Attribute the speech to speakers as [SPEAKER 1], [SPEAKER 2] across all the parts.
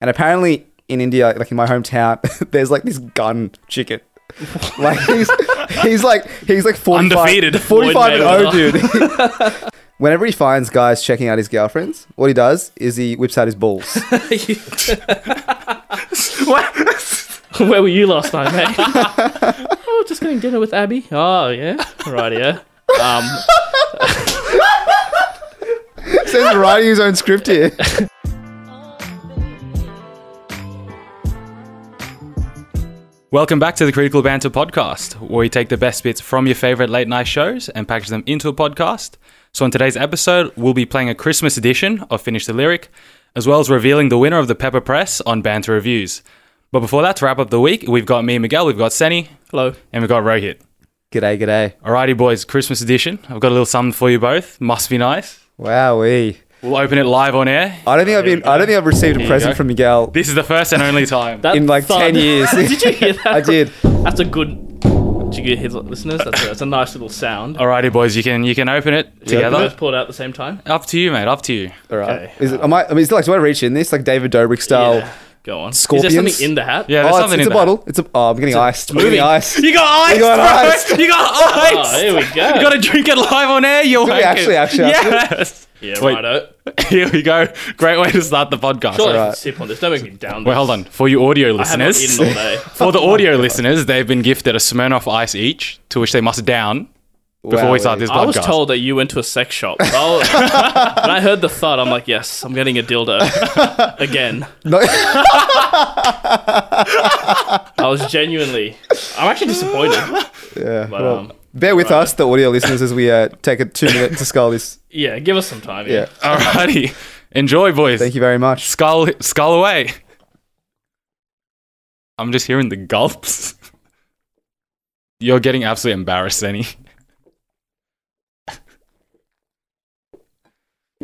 [SPEAKER 1] And apparently in India, like in my hometown, there's like this gun chicken. like he's, he's like he's like 45,
[SPEAKER 2] Undefeated.
[SPEAKER 1] 45 and
[SPEAKER 2] Floyd
[SPEAKER 1] 0 dude. Whenever he finds guys checking out his girlfriends, what he does is he whips out his balls.
[SPEAKER 3] Where were you last night, mate? oh, just getting dinner with Abby. Oh, yeah. Right, yeah. Um,
[SPEAKER 1] Says writing his own script here.
[SPEAKER 2] Welcome back to the Critical Banter podcast, where we take the best bits from your favorite late night shows and package them into a podcast. So, in today's episode, we'll be playing a Christmas edition of Finish the Lyric, as well as revealing the winner of the Pepper Press on Banter Reviews. But before that, to wrap up the week, we've got me, Miguel, we've got Senny,
[SPEAKER 3] hello.
[SPEAKER 2] and we've got Rohit.
[SPEAKER 1] G'day, g'day.
[SPEAKER 2] Alrighty, boys, Christmas edition. I've got a little something for you both. Must be nice.
[SPEAKER 1] Wowee.
[SPEAKER 2] We'll open it live on air.
[SPEAKER 1] I don't think I've been I don't think I've received a
[SPEAKER 2] you
[SPEAKER 1] present
[SPEAKER 2] go.
[SPEAKER 1] from Miguel
[SPEAKER 2] This is the first and only time.
[SPEAKER 3] That
[SPEAKER 1] in like
[SPEAKER 3] thud-
[SPEAKER 1] 10 years.
[SPEAKER 3] did you hear that?
[SPEAKER 1] I did.
[SPEAKER 3] That's a good. Did you hear that, listeners? That's a, that's a nice little sound.
[SPEAKER 2] Alrighty, boys, you can you can open it
[SPEAKER 3] We
[SPEAKER 2] together.
[SPEAKER 3] both pulled out at the same time.
[SPEAKER 2] Up to you, mate. Up to you.
[SPEAKER 1] All right.
[SPEAKER 3] Okay.
[SPEAKER 1] Is
[SPEAKER 2] Uh,
[SPEAKER 1] it, am I, I mean, it's like, do I reach in this? Like David Dobrik style.
[SPEAKER 3] Yeah. Go on. Is there
[SPEAKER 1] Oh. Scorpions?
[SPEAKER 3] something in the hat?
[SPEAKER 2] Yeah,
[SPEAKER 1] Oh,
[SPEAKER 2] there's
[SPEAKER 1] it's-
[SPEAKER 2] something
[SPEAKER 1] it's,
[SPEAKER 2] in
[SPEAKER 1] a
[SPEAKER 2] that.
[SPEAKER 1] bottle. It's a. Oh, I'm getting iced. I'm getting iced.
[SPEAKER 2] You got ice,
[SPEAKER 1] You got
[SPEAKER 2] bro.
[SPEAKER 1] ice.
[SPEAKER 2] You got ice.
[SPEAKER 3] Oh, here we go.
[SPEAKER 2] You got to drink it live on air. You're
[SPEAKER 1] we actually- actually-
[SPEAKER 2] yes.
[SPEAKER 3] Yeah,
[SPEAKER 2] Wait.
[SPEAKER 3] righto.
[SPEAKER 2] Here we go. Great way to start the podcast.
[SPEAKER 3] Surely I
[SPEAKER 1] Alright.
[SPEAKER 3] can sip on this. Don't make me down.
[SPEAKER 2] Wait, hold on. For you audio
[SPEAKER 3] I haven't
[SPEAKER 2] listeners,
[SPEAKER 3] eaten all day.
[SPEAKER 2] for the audio listeners, they've been gifted a Smirnoff Ice each, to which they must down before we start this podcast.
[SPEAKER 3] I was told that you went to a sex shop. So I was- when I heard the thud, I'm like, yes, I'm getting a dildo again.
[SPEAKER 1] No,
[SPEAKER 3] I was genuinely, I'm actually disappointed.
[SPEAKER 1] yeah.
[SPEAKER 3] But,
[SPEAKER 1] well,
[SPEAKER 3] um,
[SPEAKER 1] bear with us, the audio listeners, as we uh, take a two minute to skull this.
[SPEAKER 3] yeah, give us some time.
[SPEAKER 1] Yeah.
[SPEAKER 3] Yeah.
[SPEAKER 2] Alrighty, enjoy, boys.
[SPEAKER 1] Thank you very much.
[SPEAKER 2] Skull, skull away. I'm just hearing the gulps. You're getting absolutely embarrassed, Zenny.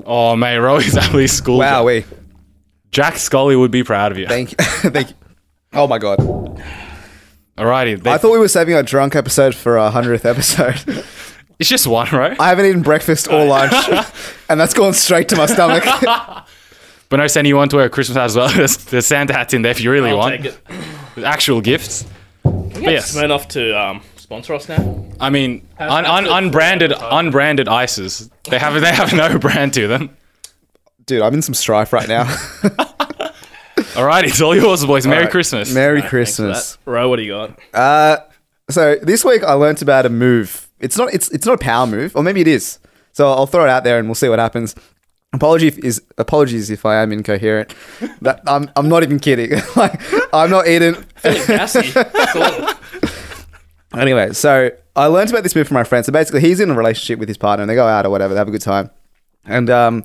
[SPEAKER 2] Oh, mate, Roy's absolutely schooled.
[SPEAKER 1] Wow,
[SPEAKER 2] Wow.
[SPEAKER 1] we
[SPEAKER 2] Jack Scully would be proud of you.
[SPEAKER 1] thank you, thank you. Oh my god!
[SPEAKER 2] Alrighty. They,
[SPEAKER 1] I thought we were saving our drunk episode for our hundredth episode.
[SPEAKER 2] it's just one, right?
[SPEAKER 1] I haven't eaten breakfast or lunch, and that's gone straight to my stomach.
[SPEAKER 2] but no, Senny, you want to wear a Christmas hat as well. There's, there's Santa hats in there if you really
[SPEAKER 3] I'll
[SPEAKER 2] want.
[SPEAKER 3] take it.
[SPEAKER 2] With Actual gifts. But yes.
[SPEAKER 3] Smirnoff to um, sponsor us now.
[SPEAKER 2] I mean,
[SPEAKER 3] Have
[SPEAKER 2] un, un,
[SPEAKER 3] absolute-
[SPEAKER 2] unbranded, unbranded ices. They have, they have no brand to them.
[SPEAKER 1] Dude, I'm in some strife right now.
[SPEAKER 2] Alrighty, it's all yours, boys. Merry
[SPEAKER 1] Alright.
[SPEAKER 2] Christmas.
[SPEAKER 1] Merry
[SPEAKER 3] Thanks for
[SPEAKER 1] Christmas.
[SPEAKER 3] that. Ro, what do you got?
[SPEAKER 1] Uh, so this week I learnt about a move. It's not it's it's not a power move, or maybe it is. So I'll throw it out there and we'll see what happens. Apology if, is apologies if I am incoherent. That, I'm I'm not even kidding. like I'm not eating.
[SPEAKER 3] Feeling gassy. Cool.
[SPEAKER 1] Anyway, so I learnt about this move from my friend. So basically, he's in a relationship with his partner, and they go out or whatever. They have a good time, and um.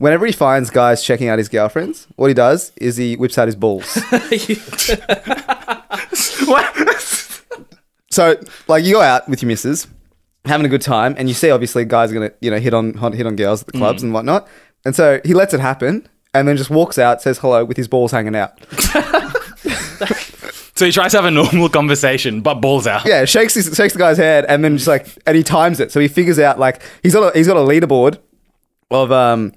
[SPEAKER 1] Whenever he finds guys checking out his girlfriends, what he does is he whips out his balls. So, like, you go out with your missus, having a good time, and you see obviously guys are gonna, you know, hit on hot- hit on girls at the clubs and whatnot. And so he lets it happen, and then just walks out, says hello with his balls hanging out.
[SPEAKER 2] So he tries to have a normal conversation, but balls out.
[SPEAKER 1] Yeah, shakes his, shakes the guy's head, and then just like, and he times it. So he figures out like he's got a, he's got a leaderboard of um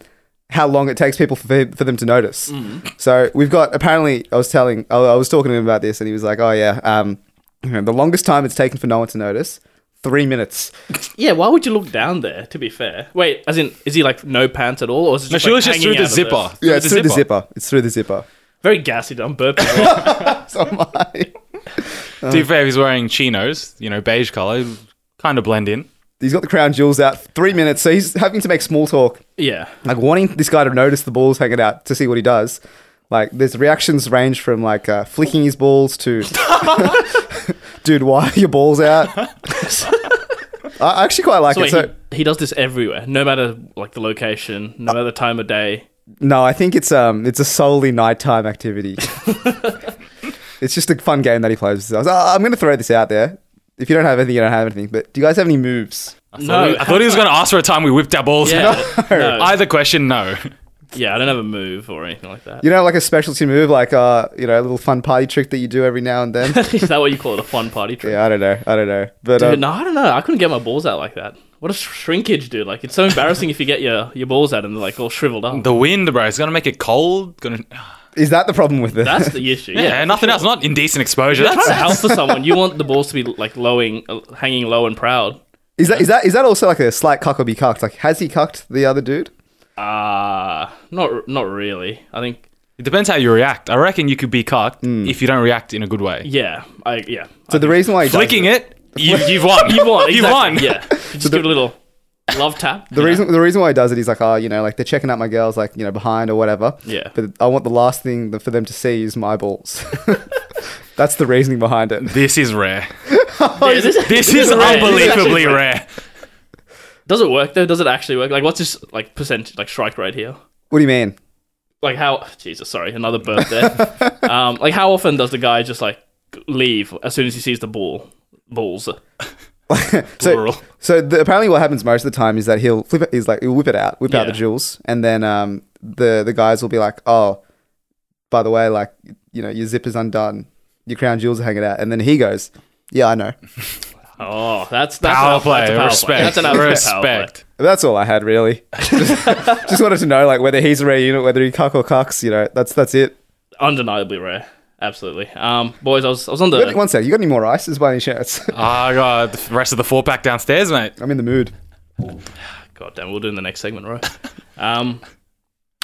[SPEAKER 1] how long it takes people for, for them to notice. So we've got apparently I was telling I, I was talking to him about this, and he was like, oh yeah, um, you know, the longest time it's taken for no one to notice. Three minutes.
[SPEAKER 3] yeah, why would you look down there, to be fair? Wait, as in, is he like no pants at all? Or is it
[SPEAKER 2] No,
[SPEAKER 3] just,
[SPEAKER 2] she
[SPEAKER 3] like,
[SPEAKER 2] was just
[SPEAKER 3] hanging
[SPEAKER 2] through the
[SPEAKER 3] out of
[SPEAKER 2] zipper.
[SPEAKER 3] this?
[SPEAKER 1] Yeah, it's through the zipper. It's through the zipper.
[SPEAKER 3] Very gassy, I'm burping. a lot.
[SPEAKER 1] So am I.
[SPEAKER 3] Uh-huh.
[SPEAKER 2] To be fair, he's wearing chinos, you know, beige color, kind of blend in.
[SPEAKER 1] He's got the crown jewels out. Three minutes, so he's having to make small talk,
[SPEAKER 3] yeah.
[SPEAKER 1] like wanting this guy to notice the balls hanging out to see what he does. Like, there's reactions range from like uh, flicking his balls to, dude, why are your balls out? I I actually quite like
[SPEAKER 3] So
[SPEAKER 1] it.
[SPEAKER 3] wait,
[SPEAKER 1] So
[SPEAKER 3] he, he does this everywhere, no matter like the location,
[SPEAKER 1] Uh,
[SPEAKER 3] no matter the time of day.
[SPEAKER 1] no, I think it's um, it's a solely nighttime activity. it's just a fun game that he plays. with us. I- "Ah, I'm going to throw this out there. If you don't have anything, you don't have anything. But do you guys have any moves?
[SPEAKER 2] I thought he- I thought he was going to ask for a time we whipped our balls out.
[SPEAKER 3] Yeah, no.
[SPEAKER 2] Either question, no.
[SPEAKER 3] yeah, I don't have a move or anything like that.
[SPEAKER 1] You know, like a specialty move, like uh, you know, a little fun party trick that you do every now and then.
[SPEAKER 3] Is that what you call it? A fun party trick?
[SPEAKER 1] yeah, I don't know, I don't know, but
[SPEAKER 3] Dude,
[SPEAKER 1] um,
[SPEAKER 3] no, I don't know. I couldn't get my balls out like that. What a sh- shrinkage, dude! Like it's so embarrassing if you get your, your balls out and they're like all shriveled up.
[SPEAKER 2] The wind, bro. It's going to make it cold. Gonna...
[SPEAKER 1] Is that the problem with this?
[SPEAKER 3] That's the issue. Yeah,
[SPEAKER 2] Yeah, nothing else. Not indecent exposure.
[SPEAKER 3] You're
[SPEAKER 2] That's
[SPEAKER 3] trying to alpha someone. You want the balls to be like lowing, uh, hanging low and proud.
[SPEAKER 1] is that is that is that also like a slight cuck or be cucked? Like, has he cucked the other dude?
[SPEAKER 3] Ah, not not really. I think
[SPEAKER 2] It depends how you react. I reckon you could be cocked if you don't react in a good way.
[SPEAKER 3] yeah. I yeah.
[SPEAKER 1] So the reason why he does
[SPEAKER 2] Flicking it, you, you've won.
[SPEAKER 3] you won. Exactly.
[SPEAKER 2] You've won.
[SPEAKER 3] Yeah. You just give it a little love tap.
[SPEAKER 1] The reason the reason why he does it, he's like, oh, you know, like they're checking out my girls, like you know, behind or whatever.
[SPEAKER 3] Yeah.
[SPEAKER 1] But I want the last thing th- for them to see is my balls. That's the reasoning behind it.
[SPEAKER 2] This is rare.
[SPEAKER 3] Yeah, this,
[SPEAKER 2] This
[SPEAKER 3] rare.
[SPEAKER 2] is
[SPEAKER 3] This actually
[SPEAKER 2] unbelievably
[SPEAKER 3] rare.
[SPEAKER 2] rare.
[SPEAKER 3] Does it work though? Does it actually work? Like, what's this like percentage like strike rate here?
[SPEAKER 1] What do you mean?
[SPEAKER 3] Like how? Jesus, sorry, another burp there. um, like how often does the guy just like leave as soon as he sees the ball? Balls.
[SPEAKER 1] So,
[SPEAKER 2] Plural.
[SPEAKER 1] so the, apparently, what happens most of the time is that he'll flip it. He's like, he'll whip it out, whip out
[SPEAKER 3] Yeah.
[SPEAKER 1] the jewels, and then um, the the guys will be like, oh, by the way, like you know, your zip is undone, your crown jewels are hanging out, and then he goes, yeah, I know.
[SPEAKER 3] Oh, that's that's
[SPEAKER 2] Power
[SPEAKER 3] enough-
[SPEAKER 2] play.
[SPEAKER 3] That's a power
[SPEAKER 2] respect.
[SPEAKER 3] Play. That's an absolute power play.
[SPEAKER 2] respect.
[SPEAKER 1] That's all I had really. just, just wanted to know like whether he's a rare unit, whether he cuck or cucks. You know, that's that's it.
[SPEAKER 3] Undeniably rare. Absolutely. Um, boys, I was I was on
[SPEAKER 1] You got-
[SPEAKER 3] the
[SPEAKER 1] One sec, you got any more ices by any chance?
[SPEAKER 2] Ah, God. The rest of the four pack downstairs, mate.
[SPEAKER 1] I'm in the mood.
[SPEAKER 3] God damn, we'll do it in the next segment, right? um,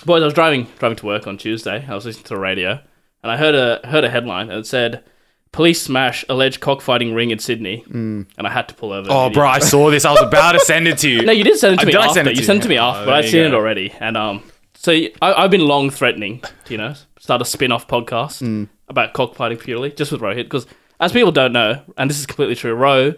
[SPEAKER 3] boys, I was driving driving to work on Tuesday. I was listening to the radio, and I heard a heard a headline, and it said, "Police smash alleged cockfighting ring in Sydney," mm. and I had to pull over.
[SPEAKER 2] Oh,
[SPEAKER 3] immediately.
[SPEAKER 2] bro, I saw this. I was about to send it to you.
[SPEAKER 3] No, you did send it to
[SPEAKER 2] Uh,
[SPEAKER 3] me
[SPEAKER 2] did I
[SPEAKER 3] after.
[SPEAKER 2] send it to
[SPEAKER 3] you
[SPEAKER 2] you?
[SPEAKER 3] sent it to me after,
[SPEAKER 2] Oh,
[SPEAKER 3] but
[SPEAKER 2] there
[SPEAKER 3] I'd
[SPEAKER 2] you
[SPEAKER 3] seen it
[SPEAKER 2] go.
[SPEAKER 3] already. And um, so y- I, have been long threatening to you know start a spin-off podcast
[SPEAKER 2] Hmm.
[SPEAKER 3] about cockfighting purely, just with Rohit, because as people don't know, and this is completely true, Ro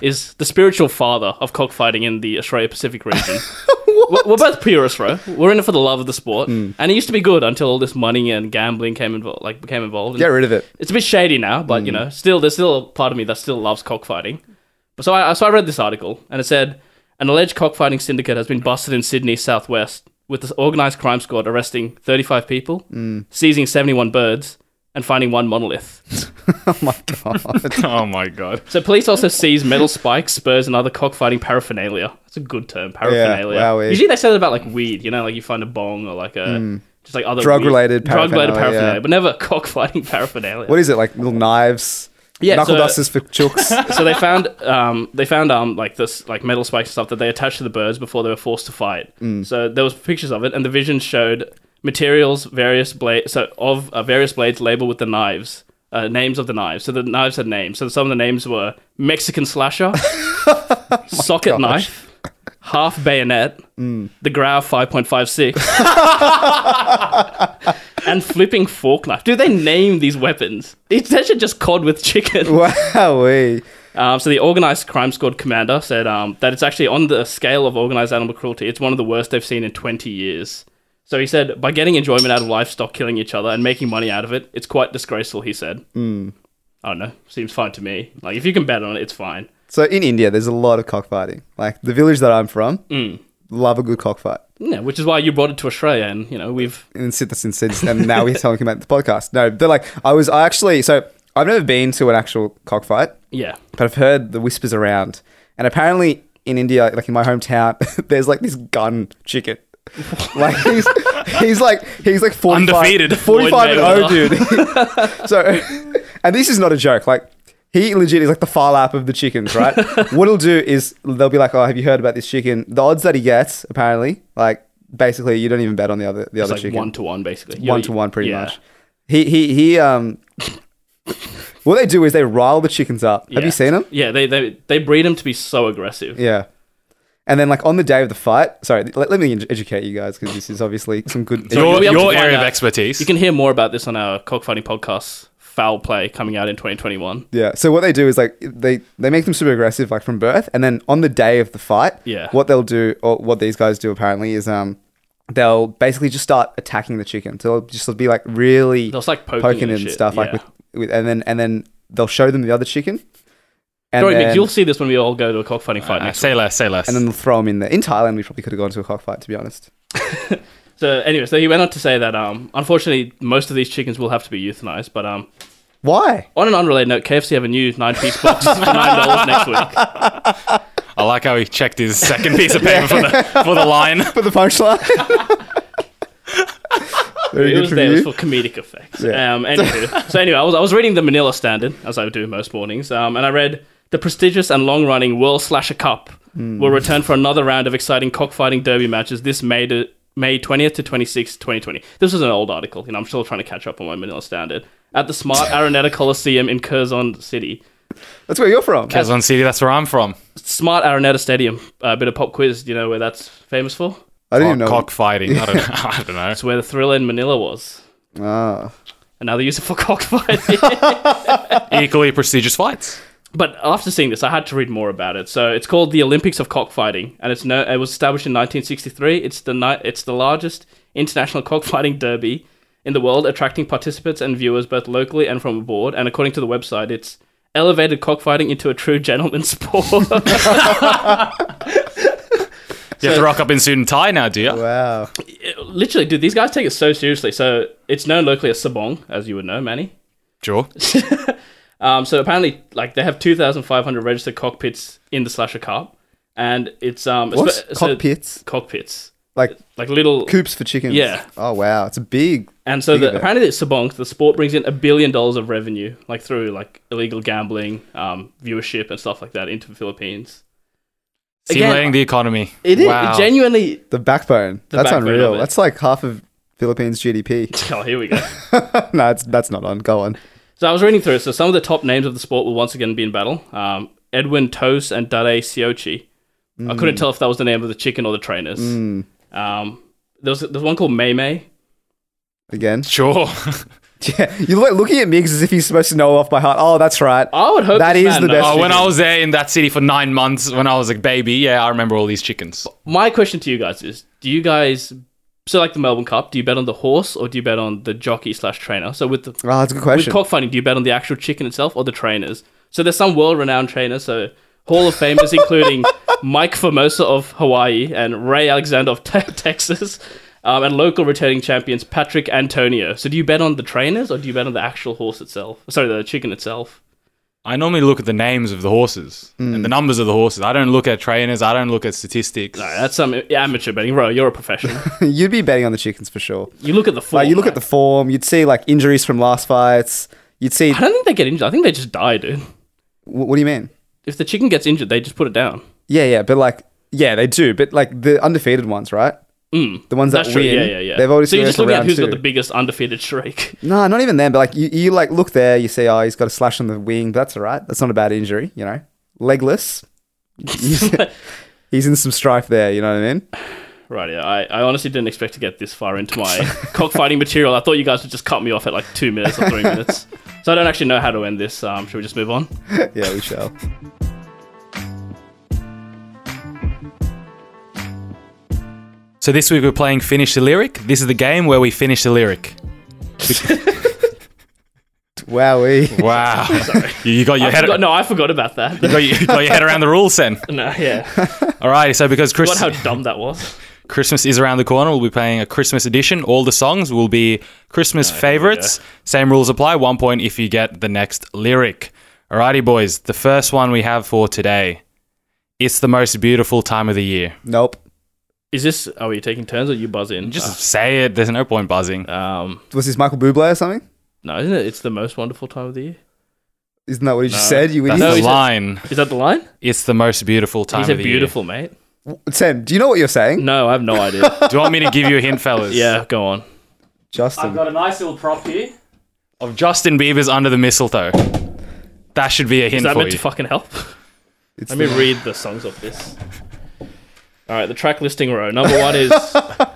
[SPEAKER 3] is the spiritual father of cockfighting in the Australia Pacific region. We're- We're both purists, bro. We're in it for the love of the sport,
[SPEAKER 2] Hmm.
[SPEAKER 3] and it used to be good until all this money and gambling came involved, like became involved. And
[SPEAKER 1] Get rid of it.
[SPEAKER 3] it's a bit shady now, but you know, still there's still a part of me that still loves cockfighting. But so I so I read this article and it said an alleged cockfighting syndicate has been busted in Sydney southwest with this organized crime squad arresting 35 people, seizing 71 birds, and finding one monolith.
[SPEAKER 1] Oh my god.
[SPEAKER 2] Oh, my God.
[SPEAKER 3] So police also seized metal spikes, spurs, and other cockfighting paraphernalia. That's a good term, paraphernalia.
[SPEAKER 1] wowee.
[SPEAKER 3] Usually they say that about like weed, you know, like you find a bong or like a just like other
[SPEAKER 1] Drug-related
[SPEAKER 3] drug related
[SPEAKER 1] paraphernalia,
[SPEAKER 3] paraphernalia,
[SPEAKER 1] yeah.
[SPEAKER 3] but never cockfighting paraphernalia.
[SPEAKER 1] what is it like? Little knives.
[SPEAKER 3] Yeah,
[SPEAKER 1] Knuckle
[SPEAKER 3] so-
[SPEAKER 1] dusters for chooks.
[SPEAKER 3] so they found um, they found um, like this like metal spikes and stuff that they attached to the birds before they were forced to fight. So there was pictures of it, and the vision showed materials various blade so of uh, various blades labeled with the knives. Uh, names of the knives. So the knives had names. So some of the names were Mexican slasher, socket knife, half bayonet, the Grau 5.56, and flipping fork knife. Do they name these weapons? It's actually just cod with chicken.
[SPEAKER 1] Wowee.
[SPEAKER 3] Um, so the organized crime squad commander said um, that it's actually on the scale of organized animal cruelty. It's one of the worst they've seen in 20 years. So he said, by getting enjoyment out of livestock killing each other and making money out of it, it's quite disgraceful. He said, mm. "I don't know. Seems fine to me. Like if you can bet on it, it's fine."
[SPEAKER 1] So in India, there's a lot of cockfighting. Like the village that I'm from, love a good cockfight.
[SPEAKER 3] Yeah, which is why you brought it to Australia, and you know we've
[SPEAKER 1] And sit this and said, and now we're talking about the podcast. No, they're like, I was, I actually, so I've never been to an actual cockfight,
[SPEAKER 3] yeah.
[SPEAKER 1] but I've heard the whispers around. And apparently in India, like in my hometown, there's like this gun chicken. like he's, he's like he's like 45,
[SPEAKER 2] Undefeated.
[SPEAKER 1] 45 and 0
[SPEAKER 3] Floyd
[SPEAKER 1] oh, dude. so and this is not a joke. Like he legit is like the far lap of the chickens, right? what he'll do is they'll be like, "Oh, have you heard about this chicken?" The odds that he gets, apparently, like basically you don't even bet on the other the
[SPEAKER 3] It's
[SPEAKER 1] other
[SPEAKER 3] like
[SPEAKER 1] chicken
[SPEAKER 3] one to one, basically.
[SPEAKER 1] one to one pretty much. He he he um what they do is they rile the chickens up. Have you seen them?
[SPEAKER 3] Yeah, they they they breed them to be so aggressive.
[SPEAKER 1] Yeah. And then like on the day of the fight, sorry, let, let me ed- educate you guys because this is obviously some good
[SPEAKER 3] So you'll
[SPEAKER 2] Your,
[SPEAKER 3] be able
[SPEAKER 2] your
[SPEAKER 3] to find
[SPEAKER 2] area of
[SPEAKER 3] out.
[SPEAKER 2] expertise.
[SPEAKER 3] You can hear more about this on our cockfighting podcast, Foul Play, coming out in 2021.
[SPEAKER 1] Yeah. So what they do is like they they make them super aggressive like from birth, and then on the day of the fight,
[SPEAKER 3] Yeah.
[SPEAKER 1] what they'll do or what these guys do apparently is um they'll basically just start attacking the chicken. So they'll just be like really
[SPEAKER 3] They'll just, like, poking and
[SPEAKER 1] and
[SPEAKER 3] shit,
[SPEAKER 1] stuff like
[SPEAKER 3] yeah.
[SPEAKER 1] with, with and then and then they'll show them the other chicken. And
[SPEAKER 3] Sorry, Mick,
[SPEAKER 1] then-
[SPEAKER 3] you'll see this when we all go to a cockfighting fight
[SPEAKER 2] Uh,
[SPEAKER 3] next.
[SPEAKER 2] say less, say less.
[SPEAKER 1] and then they'll throw them in there. In Thailand, we probably could have gone to a cockfight, to be honest.
[SPEAKER 3] So, anyway, so he went on to say that um, unfortunately, most of these chickens will have to be euthanized. But um,
[SPEAKER 1] Why?
[SPEAKER 3] on an unrelated note, KFC have a new nine-piece box for nine dollars next week.
[SPEAKER 2] I like how he checked his second piece of paper for, the, for the line.
[SPEAKER 1] For the punchline. Very
[SPEAKER 3] it
[SPEAKER 1] good
[SPEAKER 3] was
[SPEAKER 1] from
[SPEAKER 3] there it
[SPEAKER 1] you.
[SPEAKER 3] was for comedic effects.
[SPEAKER 1] Yeah.
[SPEAKER 3] Um, anywho, so anyway, I was, I was reading the Manila Standard as I do most mornings, um, and I read the prestigious and long-running World Slasher Cup will return for another round of exciting cockfighting derby matches this May to, May 20th to 26th, 2020. This was an old article, and I'm still trying to catch up on my Manila Standard at the Smart Araneta Coliseum in Curzon City.
[SPEAKER 1] That's where you're from.
[SPEAKER 2] Quezon City, that's where I'm from.
[SPEAKER 3] Smart Araneta Stadium, a bit of pop quiz. Do you know where that's famous for?
[SPEAKER 1] I didn't even know.
[SPEAKER 2] Cock- Cockfighting. I don't know. I don't know.
[SPEAKER 3] It's where the thriller in Manila was.
[SPEAKER 1] Ah.
[SPEAKER 3] Another use for cockfighting.
[SPEAKER 2] Equally prestigious fights.
[SPEAKER 3] but after seeing this, I had to read more about it. So it's called the Olympics of Cockfighting, and it's no, it was established in 1963. It's the ni- it's the largest international cockfighting derby in the world, attracting participants and viewers both locally and from abroad. And according to the website, it's elevated cockfighting into a true gentleman's sport.
[SPEAKER 2] You have to rock up in suit and tie now, do you?
[SPEAKER 1] Wow.
[SPEAKER 3] Literally, dude, these guys take it so seriously. So it's known locally as Sabong, as you would know, Manny.
[SPEAKER 2] Sure.
[SPEAKER 3] Um, so apparently, like they have 2,500 registered cockpits in the Slasher Cup, and it's um
[SPEAKER 1] What?
[SPEAKER 3] espe- so-
[SPEAKER 1] Cockpits?
[SPEAKER 3] cockpits
[SPEAKER 1] Like
[SPEAKER 3] like little
[SPEAKER 1] coops for chickens.
[SPEAKER 3] Yeah.
[SPEAKER 1] Oh, wow. It's a big.
[SPEAKER 3] and so
[SPEAKER 1] big
[SPEAKER 3] the,
[SPEAKER 1] event.
[SPEAKER 3] apparently it's Sabonk. The sport brings in a billion dollars of revenue, like through like illegal gambling, um, viewership and stuff like that into the Philippines. Again-
[SPEAKER 2] Simulating the economy.
[SPEAKER 3] It is
[SPEAKER 2] Wow.
[SPEAKER 3] genuinely.
[SPEAKER 1] The backbone. that's
[SPEAKER 3] backbone
[SPEAKER 1] unreal.
[SPEAKER 3] of it.
[SPEAKER 1] That's like half of Philippines GDP.
[SPEAKER 3] Oh, here we go.
[SPEAKER 1] no, it's, that's not on. Go on.
[SPEAKER 3] So I was reading through it. So some of the top names of the sport will once again be in battle. Um, Edwin Toast and Dade Siochi. I couldn't tell if that was the name of the chicken or the trainers. Um, there was there's one called May May.
[SPEAKER 1] Again.
[SPEAKER 2] Sure.
[SPEAKER 1] Yeah. You're like looking at Migs as if he's supposed to know off by heart. Oh, that's right.
[SPEAKER 3] I would hope
[SPEAKER 1] That
[SPEAKER 3] this
[SPEAKER 1] is
[SPEAKER 3] man
[SPEAKER 1] the
[SPEAKER 3] knows.
[SPEAKER 1] best
[SPEAKER 2] Oh, when
[SPEAKER 1] chicken.
[SPEAKER 2] I was there in that city for nine months, when I was a baby, yeah, I remember all these chickens.
[SPEAKER 3] My question to you guys is: Do you guys so like the Melbourne Cup? Do you bet on the horse or do you bet on the jockey slash trainer? So with the
[SPEAKER 1] Oh, that's a good
[SPEAKER 3] with
[SPEAKER 1] question.
[SPEAKER 3] cockfighting, do you bet on the actual chicken itself or the trainers? So there's some world-renowned trainers, so Hall of Famers, including Mike Formosa of Hawaii and Ray Alexander of te- Texas, um, and local returning champions Patrick Antonio. So do you bet on the trainers or do you bet on the actual horse itself? Sorry, the chicken itself.
[SPEAKER 2] I normally look at the names of the horses and the numbers of the horses. I don't look at trainers. I don't look at statistics.
[SPEAKER 3] All right, that's some amateur betting. Ro, you're a professional.
[SPEAKER 1] You'd be betting on the chickens for sure.
[SPEAKER 3] You look at the form.
[SPEAKER 1] Like you look at
[SPEAKER 3] man.
[SPEAKER 1] the form, you'd see like injuries from last fights. You'd see.
[SPEAKER 3] I don't think they get injured. I think they just die, dude.
[SPEAKER 1] wh- what do you mean?
[SPEAKER 3] If the chicken gets injured, they just put it down.
[SPEAKER 1] Yeah, yeah, but like, yeah, they do. But like the undefeated ones, right? Mm, the ones that
[SPEAKER 3] That's true.
[SPEAKER 1] win.
[SPEAKER 3] Yeah, yeah, yeah.
[SPEAKER 1] They've already
[SPEAKER 3] so you're just looking at who's
[SPEAKER 1] two.
[SPEAKER 3] got the biggest undefeated streak.
[SPEAKER 1] No, not even them. But like you, you like look there, you see, oh, he's got a slash on the wing. But that's all right. That's not a bad injury, you know. Legless. he's in some strife there. You know what I mean?
[SPEAKER 3] Right. Yeah. I, I honestly didn't expect to get this far into my cockfighting material. I thought you guys would just cut me off at like two minutes or three minutes. So I don't actually know how to end this. Um, should we just move on?
[SPEAKER 1] yeah, we shall.
[SPEAKER 2] So this week we're playing Finish the Lyric. This is the game where we finish the lyric.
[SPEAKER 1] Wowee.
[SPEAKER 2] Wow. You- You got your
[SPEAKER 3] I
[SPEAKER 2] head.
[SPEAKER 3] forgot, no, I forgot about that.
[SPEAKER 2] You got, your, you got your head around the rules then.
[SPEAKER 3] no. Yeah.
[SPEAKER 2] All right, so because Chris,
[SPEAKER 3] What? How dumb that was.
[SPEAKER 2] Christmas is around the corner, we'll be playing a Christmas edition. All the songs will be Christmas favorites. Same rules apply. One point if you get the next lyric. All righty, boys. The first one we have for today. It's the most beautiful time of the year.
[SPEAKER 1] nope.
[SPEAKER 3] Is this? oh, Are we taking turns or you buzz in?
[SPEAKER 2] Just say it. There's no point buzzing.
[SPEAKER 3] Uh, um.
[SPEAKER 1] Was this Michael Bublé or something?
[SPEAKER 3] No, isn't it? It's the most wonderful time of the year.
[SPEAKER 1] Isn't that what he just said? You
[SPEAKER 2] That's
[SPEAKER 1] idiot.
[SPEAKER 3] he
[SPEAKER 2] the
[SPEAKER 3] said-
[SPEAKER 2] line.
[SPEAKER 3] Is that the line?
[SPEAKER 2] It's the most beautiful time
[SPEAKER 3] he said
[SPEAKER 2] of the
[SPEAKER 3] beautiful, mate.
[SPEAKER 1] Sam, do you know what you're saying?
[SPEAKER 3] No, I have no idea.
[SPEAKER 2] year. Do you want me to give you a hint, fellas?
[SPEAKER 3] yeah. Go on.
[SPEAKER 1] Justin.
[SPEAKER 3] a nice little prop here.
[SPEAKER 2] Of Justin Bieber's Under the Mistletoe. That should be a hint
[SPEAKER 3] Is that
[SPEAKER 2] for
[SPEAKER 3] meant
[SPEAKER 2] you.
[SPEAKER 3] to fucking help?
[SPEAKER 1] It's
[SPEAKER 3] Let me read the songs of this. All right, the track listing row. Number one is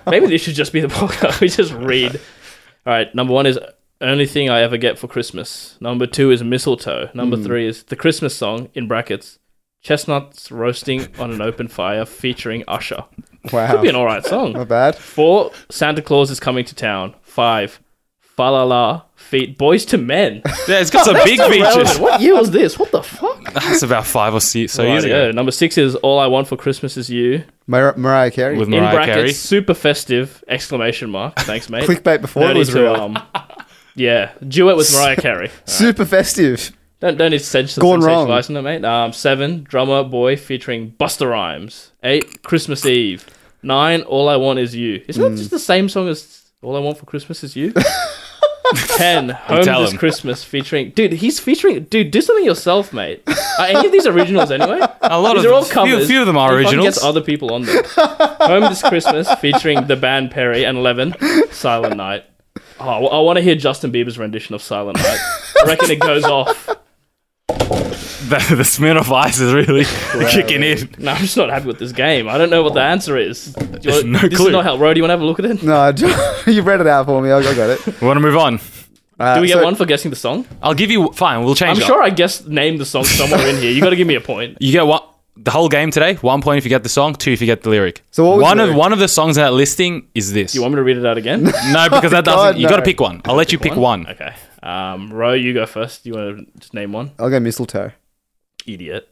[SPEAKER 3] maybe this should just be the podcast. We just read. All right, number one is only thing I ever get for Christmas. Number two is mistletoe. Number three is the Christmas song in brackets, chestnuts roasting on an open fire featuring Usher. Could
[SPEAKER 1] wow.
[SPEAKER 3] be an all right song.
[SPEAKER 1] Not bad.
[SPEAKER 3] Four, Santa Claus is coming to town. Five, fa la la feat boys to men.
[SPEAKER 2] yeah, it's got some big features.
[SPEAKER 3] what year was this? What the fuck?
[SPEAKER 2] That's about five or six so years
[SPEAKER 3] Rightio.
[SPEAKER 2] ago.
[SPEAKER 3] Number six is All I Want for Christmas Is You.
[SPEAKER 1] Mar- Mariah Carey.
[SPEAKER 2] With
[SPEAKER 3] In
[SPEAKER 2] Mariah
[SPEAKER 3] brackets,
[SPEAKER 2] Carey.
[SPEAKER 3] super festive! Exclamation mark. Thanks, mate.
[SPEAKER 1] Clickbait before it was
[SPEAKER 3] Thirty to,
[SPEAKER 1] real.
[SPEAKER 3] um, yeah, duet with Mariah Carey.
[SPEAKER 1] Super festive.
[SPEAKER 3] Don't don't need to censor
[SPEAKER 1] Gone wrong.
[SPEAKER 3] sensationalize it, mate. Um, seven, drummer boy featuring Buster
[SPEAKER 1] Hmm.
[SPEAKER 3] Rhymes. Eight, Christmas Eve. Nine, All I Want Is You. Isn't that just the same song as All I want for Christmas is you. Ten home
[SPEAKER 2] tell
[SPEAKER 3] this
[SPEAKER 2] him.
[SPEAKER 3] Christmas featuring dude. He's featuring dude. Do something yourself, mate. Are any of these originals anyway?
[SPEAKER 2] A lot
[SPEAKER 3] These
[SPEAKER 2] of
[SPEAKER 3] are all
[SPEAKER 2] few-
[SPEAKER 3] covers.
[SPEAKER 2] few of them are
[SPEAKER 3] and fucking
[SPEAKER 2] originals.
[SPEAKER 3] Gets other people on them. home this Christmas featuring the band Perry and Levin. Silent Night. Oh, I, want to hear Justin Bieber's rendition of Silent Night. I reckon it goes off.
[SPEAKER 2] The, the Smirnoff Ice is really kicking in.
[SPEAKER 3] No, I'm just not happy with this game. I don't know what the answer is. Do you
[SPEAKER 2] There's
[SPEAKER 3] wanna-
[SPEAKER 2] no
[SPEAKER 3] this
[SPEAKER 2] clue.
[SPEAKER 3] is not how Road. You want to have a look at it?
[SPEAKER 1] No, I just- you read it out for me. I, I got it.
[SPEAKER 2] We want to move on.
[SPEAKER 1] Uh,
[SPEAKER 3] Do we get
[SPEAKER 1] so-
[SPEAKER 3] one for guessing the song?
[SPEAKER 2] I'll give you fine. We'll change.
[SPEAKER 3] I'm
[SPEAKER 2] it.
[SPEAKER 3] sure I guessed name the song somewhere in here. You got to give me a point.
[SPEAKER 2] You get one the whole game today. One point if you get the song. Two if you get the lyric.
[SPEAKER 1] So what was
[SPEAKER 2] one
[SPEAKER 1] the
[SPEAKER 2] of
[SPEAKER 1] lyric?
[SPEAKER 2] one of the songs in that listing is this.
[SPEAKER 3] You want me to read it out again?
[SPEAKER 2] no, because that doesn't.
[SPEAKER 1] God,
[SPEAKER 2] You got to
[SPEAKER 1] no.
[SPEAKER 2] pick one. I'll let you pick one.
[SPEAKER 3] Okay. Um, Ro, you go first. You want to just name one?
[SPEAKER 1] I'll go mistletoe.
[SPEAKER 3] Idiot.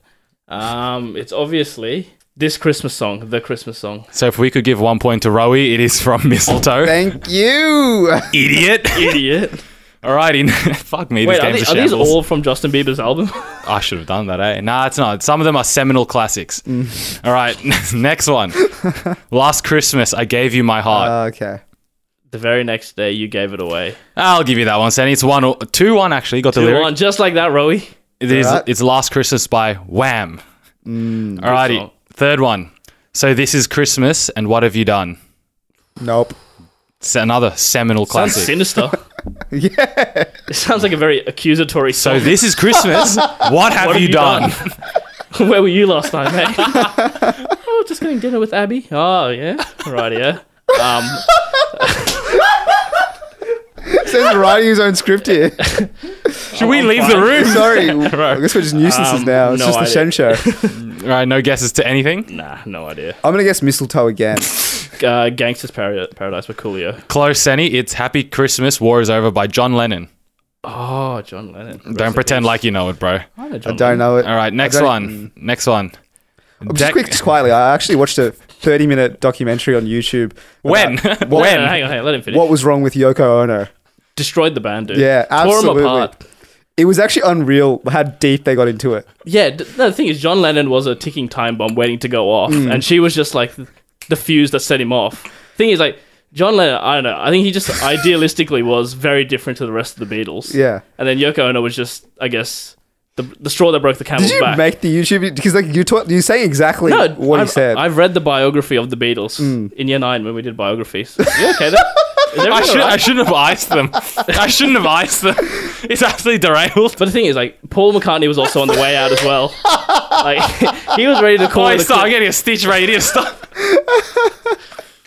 [SPEAKER 3] Um, it's obviously this Christmas song, the Christmas song.
[SPEAKER 2] So if we could give one point to Rowie, it is from Mistletoe.
[SPEAKER 1] Thank you.
[SPEAKER 2] Idiot.
[SPEAKER 3] Idiot.
[SPEAKER 2] Alrighty. Fuck me.
[SPEAKER 3] Wait,
[SPEAKER 2] this
[SPEAKER 3] are,
[SPEAKER 2] game's
[SPEAKER 3] the-
[SPEAKER 2] a
[SPEAKER 3] are these
[SPEAKER 2] shambles.
[SPEAKER 3] all from Justin Bieber's album?
[SPEAKER 2] I should have done that, eh? Nah, it's not. Some of them are seminal classics.
[SPEAKER 1] Mm.
[SPEAKER 2] All right, next one. Last Christmas, I gave you my heart.
[SPEAKER 1] Uh, okay.
[SPEAKER 3] the very next day, you gave it away.
[SPEAKER 1] Uh,
[SPEAKER 2] I'll give you that one, Sandy. It's one, or- two, one. Actually, got the
[SPEAKER 3] Come
[SPEAKER 2] lyric.
[SPEAKER 3] on, just like that, Rowie.
[SPEAKER 2] It is.
[SPEAKER 1] Alright. Mm.
[SPEAKER 2] It's Last Christmas by Wham. Alrighty,
[SPEAKER 3] Good song.
[SPEAKER 2] third one. So this is Christmas, and what have you done?
[SPEAKER 1] Nope.
[SPEAKER 2] It's another seminal
[SPEAKER 3] Sounds
[SPEAKER 2] classic.
[SPEAKER 3] sinister.
[SPEAKER 1] Yeah.
[SPEAKER 3] it sounds like a very accusatory
[SPEAKER 2] so
[SPEAKER 3] song.
[SPEAKER 2] this is Christmas. what have you,
[SPEAKER 3] have you
[SPEAKER 2] done?
[SPEAKER 3] Where were you last night, mate? oh, just getting dinner with Abby. Oh, yeah. Right, yeah. Um,
[SPEAKER 1] Says writing his own script here.
[SPEAKER 2] Should we leave the
[SPEAKER 3] fine.
[SPEAKER 2] room?
[SPEAKER 1] Sorry. I guess we're just nuisances
[SPEAKER 3] Um,
[SPEAKER 1] now. It's
[SPEAKER 3] no
[SPEAKER 1] just the Shen show.
[SPEAKER 2] All right, no guesses to anything.
[SPEAKER 3] nah, no idea.
[SPEAKER 1] I'm gonna guess mistletoe again.
[SPEAKER 3] Uh, Gangsters Para- Paradise by Coolio.
[SPEAKER 2] Close, Sandy. It's Happy Christmas. War is over by John Lennon.
[SPEAKER 3] Oh, John Lennon.
[SPEAKER 2] Don't pretend like you know it, bro.
[SPEAKER 3] I know John
[SPEAKER 1] I don't know it.
[SPEAKER 2] All right, next
[SPEAKER 1] don't-
[SPEAKER 2] one. Next one.
[SPEAKER 1] Just
[SPEAKER 2] Dec-
[SPEAKER 1] quick, just quietly. I actually watched a 30 minute documentary on YouTube.
[SPEAKER 2] When?
[SPEAKER 1] about
[SPEAKER 3] Lennon.
[SPEAKER 2] when?
[SPEAKER 3] No, no, hang on, hang on, let him finish.
[SPEAKER 1] What was wrong with Yoko Ono?
[SPEAKER 3] Destroyed the band, dude.
[SPEAKER 1] Yeah,
[SPEAKER 3] Tore
[SPEAKER 1] absolutely.
[SPEAKER 3] them apart.
[SPEAKER 1] It was actually unreal how deep they got into it.
[SPEAKER 3] Yeah, d- no, the thing is, John Lennon was a ticking time bomb waiting to go off,
[SPEAKER 1] Mm.
[SPEAKER 3] and she was just like the fuse that set him off. Thing is, like, John Lennon, I don't know, I think he just idealistically was very different to the rest of the Beatles.
[SPEAKER 1] Yeah.
[SPEAKER 3] And then Yoko Ono was just, I guess, the, the straw that broke the camel's
[SPEAKER 1] Did you
[SPEAKER 3] back.
[SPEAKER 1] make the YouTube? Because like you taught, you say exactly
[SPEAKER 3] no,
[SPEAKER 1] what
[SPEAKER 3] I've,
[SPEAKER 1] he said. Mm.
[SPEAKER 3] I've read the biography of the Beatles in year nine when we did biographies. You okay there? Is everything
[SPEAKER 2] I, should,
[SPEAKER 3] alright?
[SPEAKER 2] I shouldn't have iced them. I shouldn't have iced them. It's absolutely derailed.
[SPEAKER 3] But the thing is, like, Paul McCartney was also on the way out as well. Like, he was ready to call
[SPEAKER 2] Oh,
[SPEAKER 3] it a
[SPEAKER 2] stop. I'm
[SPEAKER 3] quit.
[SPEAKER 2] getting a stitch right here. Stop.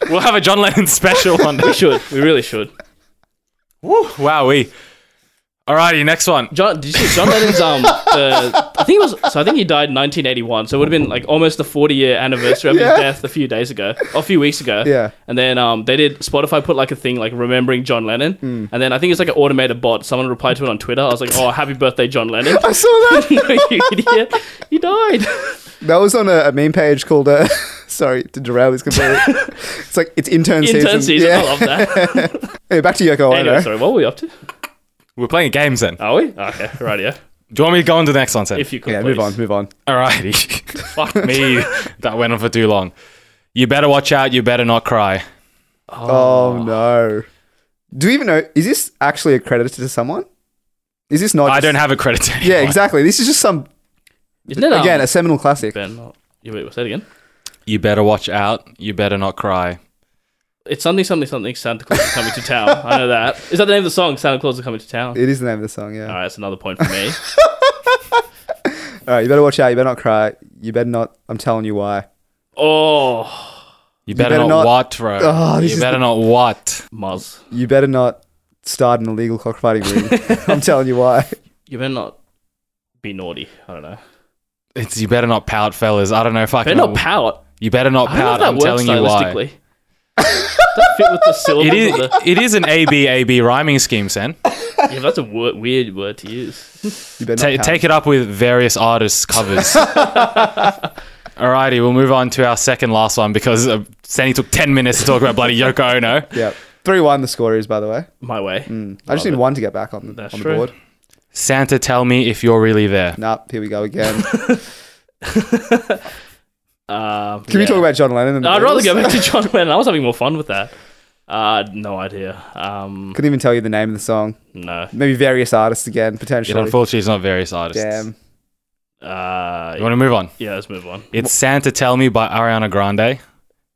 [SPEAKER 2] we'll have a John Lennon special one day.
[SPEAKER 3] We should. We really should.
[SPEAKER 2] Woo, wowee. Alrighty, next one.
[SPEAKER 3] John, did you see John Lennon's, um, uh, I think it was, so I think he died in 1981. So it would have been, like, almost the 40 year anniversary of
[SPEAKER 1] Yeah.
[SPEAKER 3] his death a few days ago, or a few weeks ago.
[SPEAKER 1] Yeah.
[SPEAKER 3] And then, um, they did, Spotify put, like, a thing, like, remembering John Lennon.
[SPEAKER 1] Mm.
[SPEAKER 3] And then I think it's, like, an automated bot. Someone replied to it on Twitter. I was like, oh, happy birthday, John Lennon.
[SPEAKER 1] I saw that.
[SPEAKER 3] no, you idiot. He died.
[SPEAKER 1] that was on a, a meme page called. Uh, sorry to derail this completely. it's like it's intern,
[SPEAKER 3] Intern season. I
[SPEAKER 1] Yeah.
[SPEAKER 3] love that.
[SPEAKER 1] Anyway, back to Yoko Ono.
[SPEAKER 3] Anyway, sorry, what were we up to?
[SPEAKER 2] We're playing games then.
[SPEAKER 3] Are we? Okay, right, yeah.
[SPEAKER 2] Do you want me to go on to the next one, Sam?
[SPEAKER 3] If you could,
[SPEAKER 1] yeah,
[SPEAKER 3] please.
[SPEAKER 1] move on, move on.
[SPEAKER 2] Alrighty. Fuck me. That went on for too long. You better watch out. You better not cry.
[SPEAKER 1] Oh, no. Do we even know? Is this actually accredited to someone? Is this not?
[SPEAKER 2] I
[SPEAKER 1] just-
[SPEAKER 2] don't have a credit to
[SPEAKER 1] Yeah,
[SPEAKER 2] anyone.
[SPEAKER 1] exactly. This is just some
[SPEAKER 3] Isn't it, um,
[SPEAKER 1] again a seminal classic.
[SPEAKER 3] Ben, oh, you wait, what's that again?
[SPEAKER 2] You better watch out. You better not cry.
[SPEAKER 3] It's something, something, something. Santa Claus is coming to town. I know that. Is that the name of the song? Santa Claus is coming to town.
[SPEAKER 1] It is the name of the song.
[SPEAKER 3] All
[SPEAKER 1] Yeah.
[SPEAKER 3] right, that's another point for me.
[SPEAKER 1] All right, you better watch out. You better not cry. You better not. I'm telling you why.
[SPEAKER 3] oh,
[SPEAKER 2] You better,
[SPEAKER 1] better
[SPEAKER 2] not,
[SPEAKER 1] not-
[SPEAKER 2] what, bro?
[SPEAKER 1] Oh, this
[SPEAKER 2] you
[SPEAKER 1] is
[SPEAKER 2] better not what?
[SPEAKER 3] Muzz.
[SPEAKER 1] You better not start an illegal cockfighting ring. I'm telling you why.
[SPEAKER 3] You better not be naughty. I don't know.
[SPEAKER 2] It's you better not pout, fellas. I don't know if I
[SPEAKER 3] Better
[SPEAKER 2] can.
[SPEAKER 3] not pout.
[SPEAKER 2] you better not
[SPEAKER 3] I don't know if
[SPEAKER 2] pout.
[SPEAKER 3] that
[SPEAKER 2] I'm
[SPEAKER 3] works
[SPEAKER 2] telling you why.
[SPEAKER 3] stylistically. Does that fit with the syllables?
[SPEAKER 2] It
[SPEAKER 3] of
[SPEAKER 2] is.
[SPEAKER 3] the-
[SPEAKER 2] It is an A B A B rhyming scheme, Sen.
[SPEAKER 3] yeah, that's a wor- weird word to use.
[SPEAKER 1] You better
[SPEAKER 2] Ta
[SPEAKER 1] not.
[SPEAKER 2] take it up with various artists' covers. Alrighty, we'll move on to our second last one because uh, Sandy took ten minutes to talk about bloody Yoko Ono.
[SPEAKER 1] Yeah. Three one. The score is by the way.
[SPEAKER 3] My way.
[SPEAKER 2] Mm.
[SPEAKER 1] I just
[SPEAKER 3] Love
[SPEAKER 1] need
[SPEAKER 3] it.
[SPEAKER 1] one to get back on the,
[SPEAKER 3] That's
[SPEAKER 1] on the
[SPEAKER 3] true.
[SPEAKER 1] board.
[SPEAKER 2] Santa, tell me if you're really there.
[SPEAKER 1] Nah, here we go again. Can
[SPEAKER 3] Um,
[SPEAKER 1] we talk about John Lennon? And the
[SPEAKER 3] I'd rather
[SPEAKER 1] Beatles?
[SPEAKER 3] go back to John Lennon. I was having more fun with that. Uh, no idea. Um,
[SPEAKER 1] Couldn't even tell you the name of the song.
[SPEAKER 3] no.
[SPEAKER 1] Maybe various artists again,
[SPEAKER 2] It
[SPEAKER 1] potentially.
[SPEAKER 2] unfortunately is not various artists.
[SPEAKER 1] Damn.
[SPEAKER 2] You
[SPEAKER 3] Uh,
[SPEAKER 2] want to move on?
[SPEAKER 3] yeah, let's move on.
[SPEAKER 2] It's Santa Tell Me by Ariana Grande.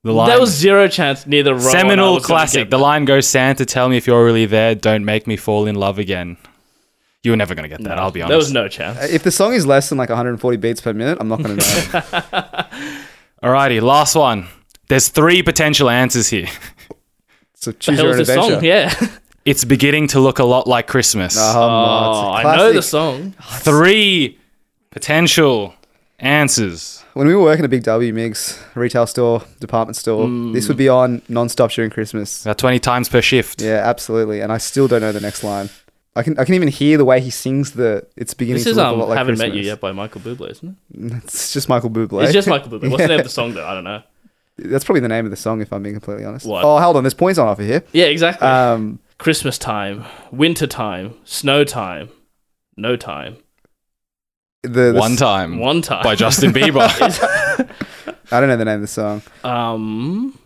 [SPEAKER 2] The line.
[SPEAKER 3] There was zero chance neither Rowan or I
[SPEAKER 2] seminal
[SPEAKER 3] was gonna
[SPEAKER 2] classic.
[SPEAKER 3] get-
[SPEAKER 2] The line goes, Santa, tell me if you're really there. Don't make me fall in love again. You were never going to get that, I'll be honest.
[SPEAKER 3] There was no chance.
[SPEAKER 1] Uh, If the song is less than like 140 beats per minute, I'm not going to know.
[SPEAKER 2] Alrighty, last one. There's three potential answers here.
[SPEAKER 1] So choose
[SPEAKER 3] Hell
[SPEAKER 1] your
[SPEAKER 3] is
[SPEAKER 1] own
[SPEAKER 3] this
[SPEAKER 1] adventure.
[SPEAKER 3] song? Yeah.
[SPEAKER 2] It's beginning to look a lot like Christmas.
[SPEAKER 1] Oh,
[SPEAKER 3] Oh,
[SPEAKER 1] it's a
[SPEAKER 3] I know the
[SPEAKER 1] classic.
[SPEAKER 3] song.
[SPEAKER 2] Three potential answers.
[SPEAKER 1] When we were working at Big W Migs, retail store, department store, this would be
[SPEAKER 3] Mm.
[SPEAKER 1] on non-stop during Christmas.
[SPEAKER 2] About 20 times per shift.
[SPEAKER 1] Yeah, absolutely. And I still don't know the next line. I can I can even hear the way he sings the it's beginning
[SPEAKER 3] This
[SPEAKER 1] to
[SPEAKER 3] is
[SPEAKER 1] look a
[SPEAKER 3] um,
[SPEAKER 1] lot like
[SPEAKER 3] Haven't
[SPEAKER 1] Christmas.
[SPEAKER 3] Met You Yet by Michael Bublé, isn't it?
[SPEAKER 1] It's just Michael Bublé.
[SPEAKER 3] It's just Michael Bublé. What's the name of the song, though? I don't know.
[SPEAKER 1] That's probably the name of the song if I'm being completely honest.
[SPEAKER 3] What?
[SPEAKER 1] Oh, hold on, there's points on offer here.
[SPEAKER 3] Yeah, exactly.
[SPEAKER 1] Um,
[SPEAKER 3] Uh, Christmas time, winter time, snow time, no time,
[SPEAKER 1] the, the
[SPEAKER 2] One time.
[SPEAKER 3] one time.
[SPEAKER 2] Mm. By Justin Bieber.
[SPEAKER 1] I don't know the name of the song.
[SPEAKER 3] um,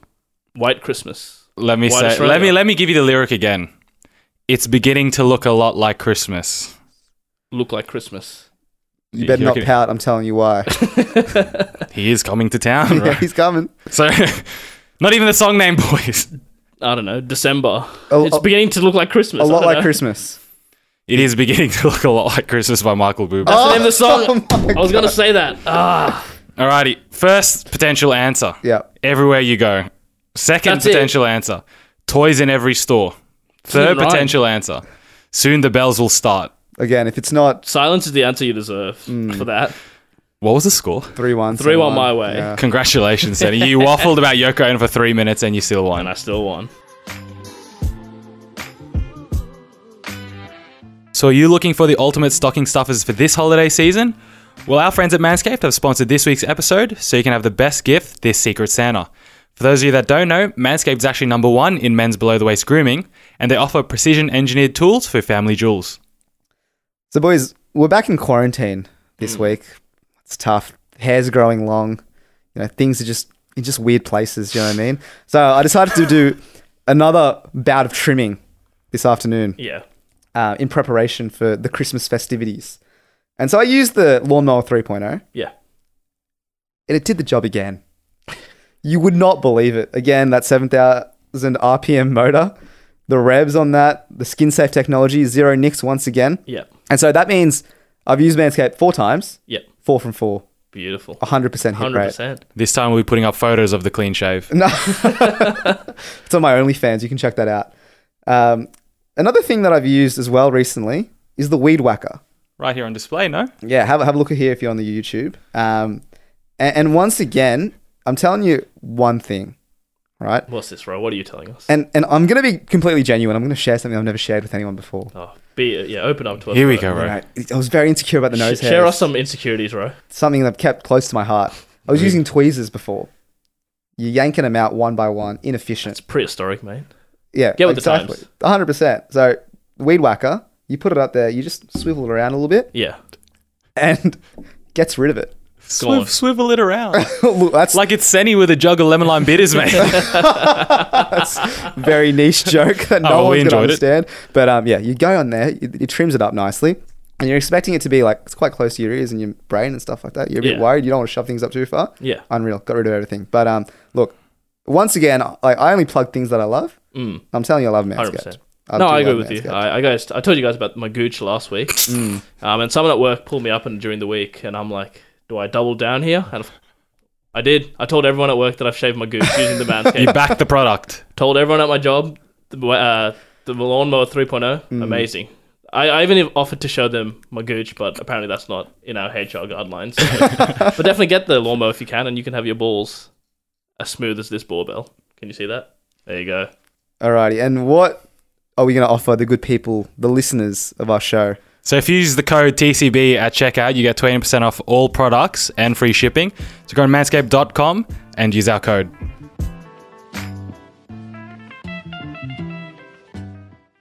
[SPEAKER 3] White Christmas.
[SPEAKER 2] let me
[SPEAKER 3] Why
[SPEAKER 2] say.
[SPEAKER 3] Australia?
[SPEAKER 2] Let me let me give you the lyric again. It's beginning to look a lot like Christmas.
[SPEAKER 3] Look like Christmas.
[SPEAKER 1] You better
[SPEAKER 2] you
[SPEAKER 1] not
[SPEAKER 2] reckon-
[SPEAKER 1] pout. I'm telling you why.
[SPEAKER 2] He is coming to town,
[SPEAKER 1] yeah,
[SPEAKER 2] right?
[SPEAKER 1] he's coming.
[SPEAKER 2] So, not even the song name, boys.
[SPEAKER 3] I don't know. December.
[SPEAKER 1] A-
[SPEAKER 3] it's
[SPEAKER 1] a-
[SPEAKER 3] beginning to look like Christmas.
[SPEAKER 1] A
[SPEAKER 3] I
[SPEAKER 1] lot
[SPEAKER 3] don't
[SPEAKER 1] like
[SPEAKER 3] know.
[SPEAKER 1] Christmas.
[SPEAKER 2] It is beginning to look a lot like Christmas by Michael Bublé.
[SPEAKER 3] That's the name of the song.
[SPEAKER 1] Oh my
[SPEAKER 3] I was gonna say that. Ah,
[SPEAKER 2] Alrighty, first potential answer.
[SPEAKER 1] Yeah.
[SPEAKER 2] Everywhere you go. Second
[SPEAKER 3] That's it.
[SPEAKER 2] potential answer. Toys in every store. Third
[SPEAKER 3] Right.
[SPEAKER 2] potential answer. Soon the bells will start.
[SPEAKER 1] Again, if it's not
[SPEAKER 3] silence is the answer you deserve
[SPEAKER 1] Hmm.
[SPEAKER 3] for that.
[SPEAKER 2] What was the score?
[SPEAKER 1] three one,
[SPEAKER 3] Three
[SPEAKER 1] seven,
[SPEAKER 3] one my way.
[SPEAKER 1] Yeah.
[SPEAKER 2] Congratulations, Danny. You waffled about Yoko Ono for three minutes and you still won.
[SPEAKER 3] And I still won.
[SPEAKER 2] So, are you looking for the ultimate stocking stuffers for this holiday season? Well, our friends at Manscaped have sponsored this week's episode so you can have the best gift this Secret Santa. For those of you that don't know, Manscaped is actually number one in men's below the waist grooming, and they offer precision engineered tools for family jewels.
[SPEAKER 1] So, boys, we're back in quarantine this
[SPEAKER 3] Hmm.
[SPEAKER 1] week. It's tough. Hair's growing long. You know, things are just in just weird places. You know what I mean? So, I decided to do another bout of trimming this afternoon
[SPEAKER 3] Yeah.
[SPEAKER 1] uh, in preparation for the Christmas festivities. And so, I used the lawnmower oh. 3.0,
[SPEAKER 3] Yeah.
[SPEAKER 1] and it did the job again. You would not believe it. Again, that 7,000 RPM motor, the revs on that, the skin safe technology, zero nicks once again.
[SPEAKER 3] Yeah.
[SPEAKER 1] And so that means I've used Manscaped four times,
[SPEAKER 3] Yeah.
[SPEAKER 1] four from four,
[SPEAKER 2] Oh,
[SPEAKER 3] Beautiful.
[SPEAKER 1] 100% hit
[SPEAKER 3] Hundred
[SPEAKER 1] rate.
[SPEAKER 3] percent.
[SPEAKER 2] This time we'll be putting up photos of the clean shave.
[SPEAKER 1] It's on my OnlyFans. You can check that out. Um, another thing that I've used as well recently is the Weed Whacker.
[SPEAKER 2] Right here on display, no?
[SPEAKER 1] Yeah, have, have a look at here if you're on the YouTube. Um, and, and once again, I'm telling you one thing, right?
[SPEAKER 3] What's this, Ro? What are you telling us?
[SPEAKER 1] And, and I'm going to be completely genuine. I'm going to share something I've never shared with anyone before.
[SPEAKER 3] Oh, be yeah. Open up to us.
[SPEAKER 2] Here we
[SPEAKER 3] Ro.
[SPEAKER 2] go, right?
[SPEAKER 1] Right. I was very insecure about the nose
[SPEAKER 3] Sh-
[SPEAKER 1] hairs.
[SPEAKER 3] share us some insecurities, Ro.
[SPEAKER 1] something that I've kept close to my heart. I was using tweezers before. You're yanking them out one by one, inefficient.
[SPEAKER 3] It's prehistoric, mate.
[SPEAKER 1] yeah,
[SPEAKER 3] get with the times.
[SPEAKER 1] 100%. So, weed whacker, you put it up there, you just swivel it around a little bit
[SPEAKER 3] Yeah.
[SPEAKER 1] and gets rid of it.
[SPEAKER 3] Go on.
[SPEAKER 2] Swiv- swivel it around.
[SPEAKER 1] Look, that's
[SPEAKER 2] like it's Senny with a jug of lemon lime bitters, mate.
[SPEAKER 1] a very niche joke that
[SPEAKER 2] Oh,
[SPEAKER 1] no
[SPEAKER 2] we
[SPEAKER 1] one's going to
[SPEAKER 2] enjoyed it.
[SPEAKER 1] understand. But um, yeah, you go on there, it, it trims it up nicely. And you're expecting it to be like, it's quite close to your ears and your brain and stuff like that. You're a bit
[SPEAKER 3] Yeah.
[SPEAKER 1] worried. You don't want to shove things up too far.
[SPEAKER 3] Yeah.
[SPEAKER 1] Unreal. Got rid of everything. But um, look, once again, I, I only plug things that I love.
[SPEAKER 3] Mm.
[SPEAKER 1] I'm telling you, I love Manscaped.
[SPEAKER 3] 100%. no,
[SPEAKER 1] do
[SPEAKER 3] I agree
[SPEAKER 1] love
[SPEAKER 3] with you.
[SPEAKER 1] Manscaped.
[SPEAKER 3] I, I guys, I told you guys about my gooch last week, um, and someone at work pulled me up and during the week, and I'm like, "Do I double down here?" And I did. I told everyone at work that I've shaved my gooch using the
[SPEAKER 2] you
[SPEAKER 3] manscape.
[SPEAKER 2] back the product.
[SPEAKER 3] told everyone at my job, the uh, the lawnmower 3.0,
[SPEAKER 1] Mm.
[SPEAKER 3] amazing. I, I even offered to show them my gooch, but apparently that's not in our HR guidelines. but definitely get the lawnmower if you can, and you can have your balls as smooth as this barbell. Can you see that? There you go.
[SPEAKER 1] Alrighty, and what are we going to offer the good people, the listeners of our show?
[SPEAKER 2] So if you use the code TCB at checkout, you get 20% off all products and free shipping. So go to manscaped.com and use our code.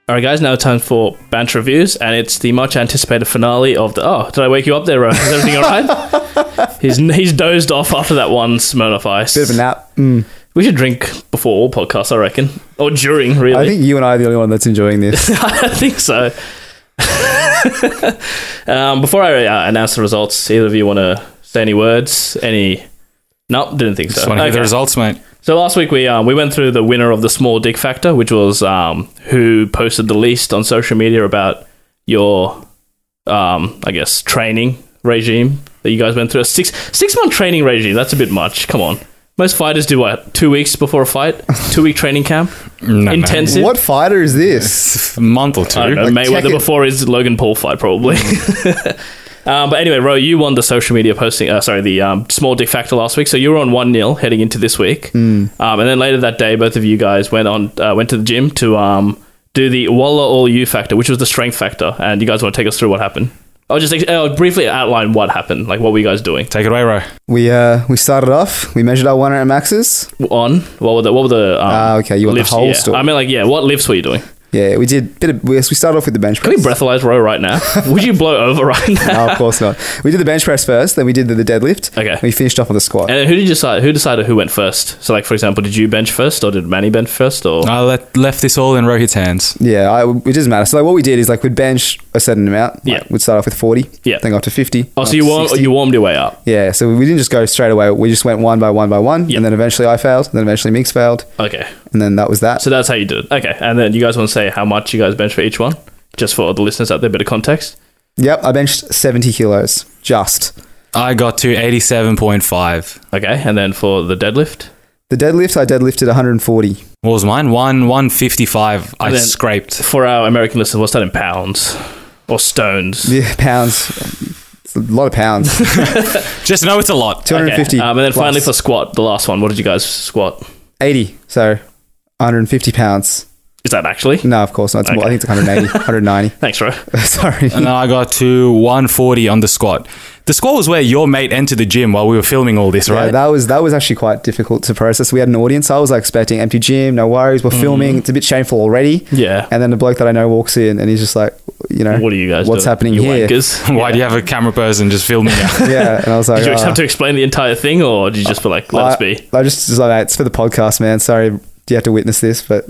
[SPEAKER 3] All right, guys. Now it's time for Bant reviews, and it's the much anticipated finale of the. Oh, did I wake you up there, Ro? Is everything all right? he's he's dozed off after that one Smirnoff Ice.
[SPEAKER 1] Bit of a nap. Mm.
[SPEAKER 3] We should drink before all podcasts, I reckon, or during. Really,
[SPEAKER 1] I think you and I are the only one that's enjoying this.
[SPEAKER 3] I don't think so. um, before I uh, announce the results, either of you want to say any words? Any? Nope, didn't think so.
[SPEAKER 2] Just want to hear the
[SPEAKER 3] Okay.
[SPEAKER 2] results, mate. Mm,
[SPEAKER 3] So last week we um, we went through the winner of the small dick factor, which was um, who posted the least on social media about your, um, I guess, training regime that you guys went through. A six six month training regime. That's a bit much. Come on, most fighters do what two weeks before a fight, two week training camp,
[SPEAKER 2] No,
[SPEAKER 3] intense.
[SPEAKER 1] what fighter is this?
[SPEAKER 2] no. month or two.
[SPEAKER 3] I don't know,
[SPEAKER 1] Like, check
[SPEAKER 3] Mayweather
[SPEAKER 1] it- Mm.
[SPEAKER 3] before his Logan Paul fight, probably. um, but anyway, Ro, you won the social media posting, uh, sorry, the um, small dick factor last week. So you were on 1 0 heading into this week.
[SPEAKER 1] Mm.
[SPEAKER 3] Um, and then later that day, both of you guys went on uh, went to the gym to um, do the Walla All You factor, which was the strength factor. And you guys want to take us through what happened? I'll just ex- uh, I'll briefly outline what happened, like what were you guys doing
[SPEAKER 2] Take it away, Ro.
[SPEAKER 1] We uh we started off. We measured our one rep maxes.
[SPEAKER 3] on what were the what were the um,
[SPEAKER 1] Ah, okay, you want the
[SPEAKER 3] lifts?
[SPEAKER 1] whole
[SPEAKER 3] yeah.
[SPEAKER 1] story.
[SPEAKER 3] I mean, like yeah, what lifts were you doing?
[SPEAKER 1] Yeah, we did. Bit of, we, so we started off with the bench press.
[SPEAKER 3] Can we breathalyze Ro right now? Would you blow over right now?
[SPEAKER 1] no, of course not. We did the bench press first. Then we did the, the deadlift.
[SPEAKER 3] Okay.
[SPEAKER 1] and we finished off with the squat.
[SPEAKER 3] And then who did you decide? Who decided who went first? So, like for example, did you bench first or did Manny bench first? Or
[SPEAKER 2] I let, left this all in Rohit's hands.
[SPEAKER 1] Yeah, I, it doesn't matter. So like, what we did is like we'd bench a certain amount. Like,
[SPEAKER 3] Yeah.
[SPEAKER 1] we'd start off with forty.
[SPEAKER 3] Yeah.
[SPEAKER 1] then go up to fifty.
[SPEAKER 3] oh,
[SPEAKER 1] up
[SPEAKER 3] so you
[SPEAKER 1] to
[SPEAKER 3] warm,
[SPEAKER 1] 60.
[SPEAKER 3] you warmed your way up.
[SPEAKER 1] Yeah, so we didn't just go straight away. We just went one by one by one,
[SPEAKER 3] Yeah.
[SPEAKER 1] and then eventually I failed. And then eventually Migs failed,
[SPEAKER 3] Okay,
[SPEAKER 1] and then that was that.
[SPEAKER 3] so that's how you did it. Okay, and then you guys want to say how much you guys bench for each one, just for the listeners out there, a bit of context.
[SPEAKER 1] yep, I benched seventy kilos just.
[SPEAKER 2] I got to 87.5.
[SPEAKER 3] Okay, and then for the deadlift.
[SPEAKER 1] The deadlift, I deadlifted 140.
[SPEAKER 2] What was mine? One 155. I
[SPEAKER 3] Then-
[SPEAKER 2] scraped.
[SPEAKER 3] For our American listeners, what's that in pounds or stones?
[SPEAKER 1] Yeah, pounds. It's a lot of pounds.
[SPEAKER 2] Just know it's a lot.
[SPEAKER 1] 250.
[SPEAKER 3] Okay, Um, and then
[SPEAKER 1] plus.
[SPEAKER 3] finally for squat, the last one. What did you guys squat?
[SPEAKER 1] 80. So 150 pounds.
[SPEAKER 3] Is that actually?
[SPEAKER 1] No, of course not. It's more, I think it's 180, 190.
[SPEAKER 3] Thanks, Ro.
[SPEAKER 1] Sorry.
[SPEAKER 2] And I got to 140 on the squat. The squat was where your mate entered the gym while we were filming all this,
[SPEAKER 1] Yeah,
[SPEAKER 2] right?
[SPEAKER 1] that was that was actually quite difficult to process. We had an audience. I was like expecting empty gym, no worries. We're filming. It's a bit shameful already.
[SPEAKER 3] Mm. Yeah.
[SPEAKER 1] And then the bloke that I know walks in and he's just like, you know,
[SPEAKER 3] What are you guys?
[SPEAKER 1] What's
[SPEAKER 3] doing,
[SPEAKER 1] happening
[SPEAKER 3] you
[SPEAKER 1] here?
[SPEAKER 3] Wankers?
[SPEAKER 2] Why do you have a camera person just filming you?
[SPEAKER 1] Yeah. And I was like,
[SPEAKER 3] Did you just
[SPEAKER 1] "Ah."
[SPEAKER 3] have to explain the entire thing, or did you just be like, "Let us be"?
[SPEAKER 1] I, I just was like, "Mate, it's for the podcast, man. Sorry, you have to witness this, but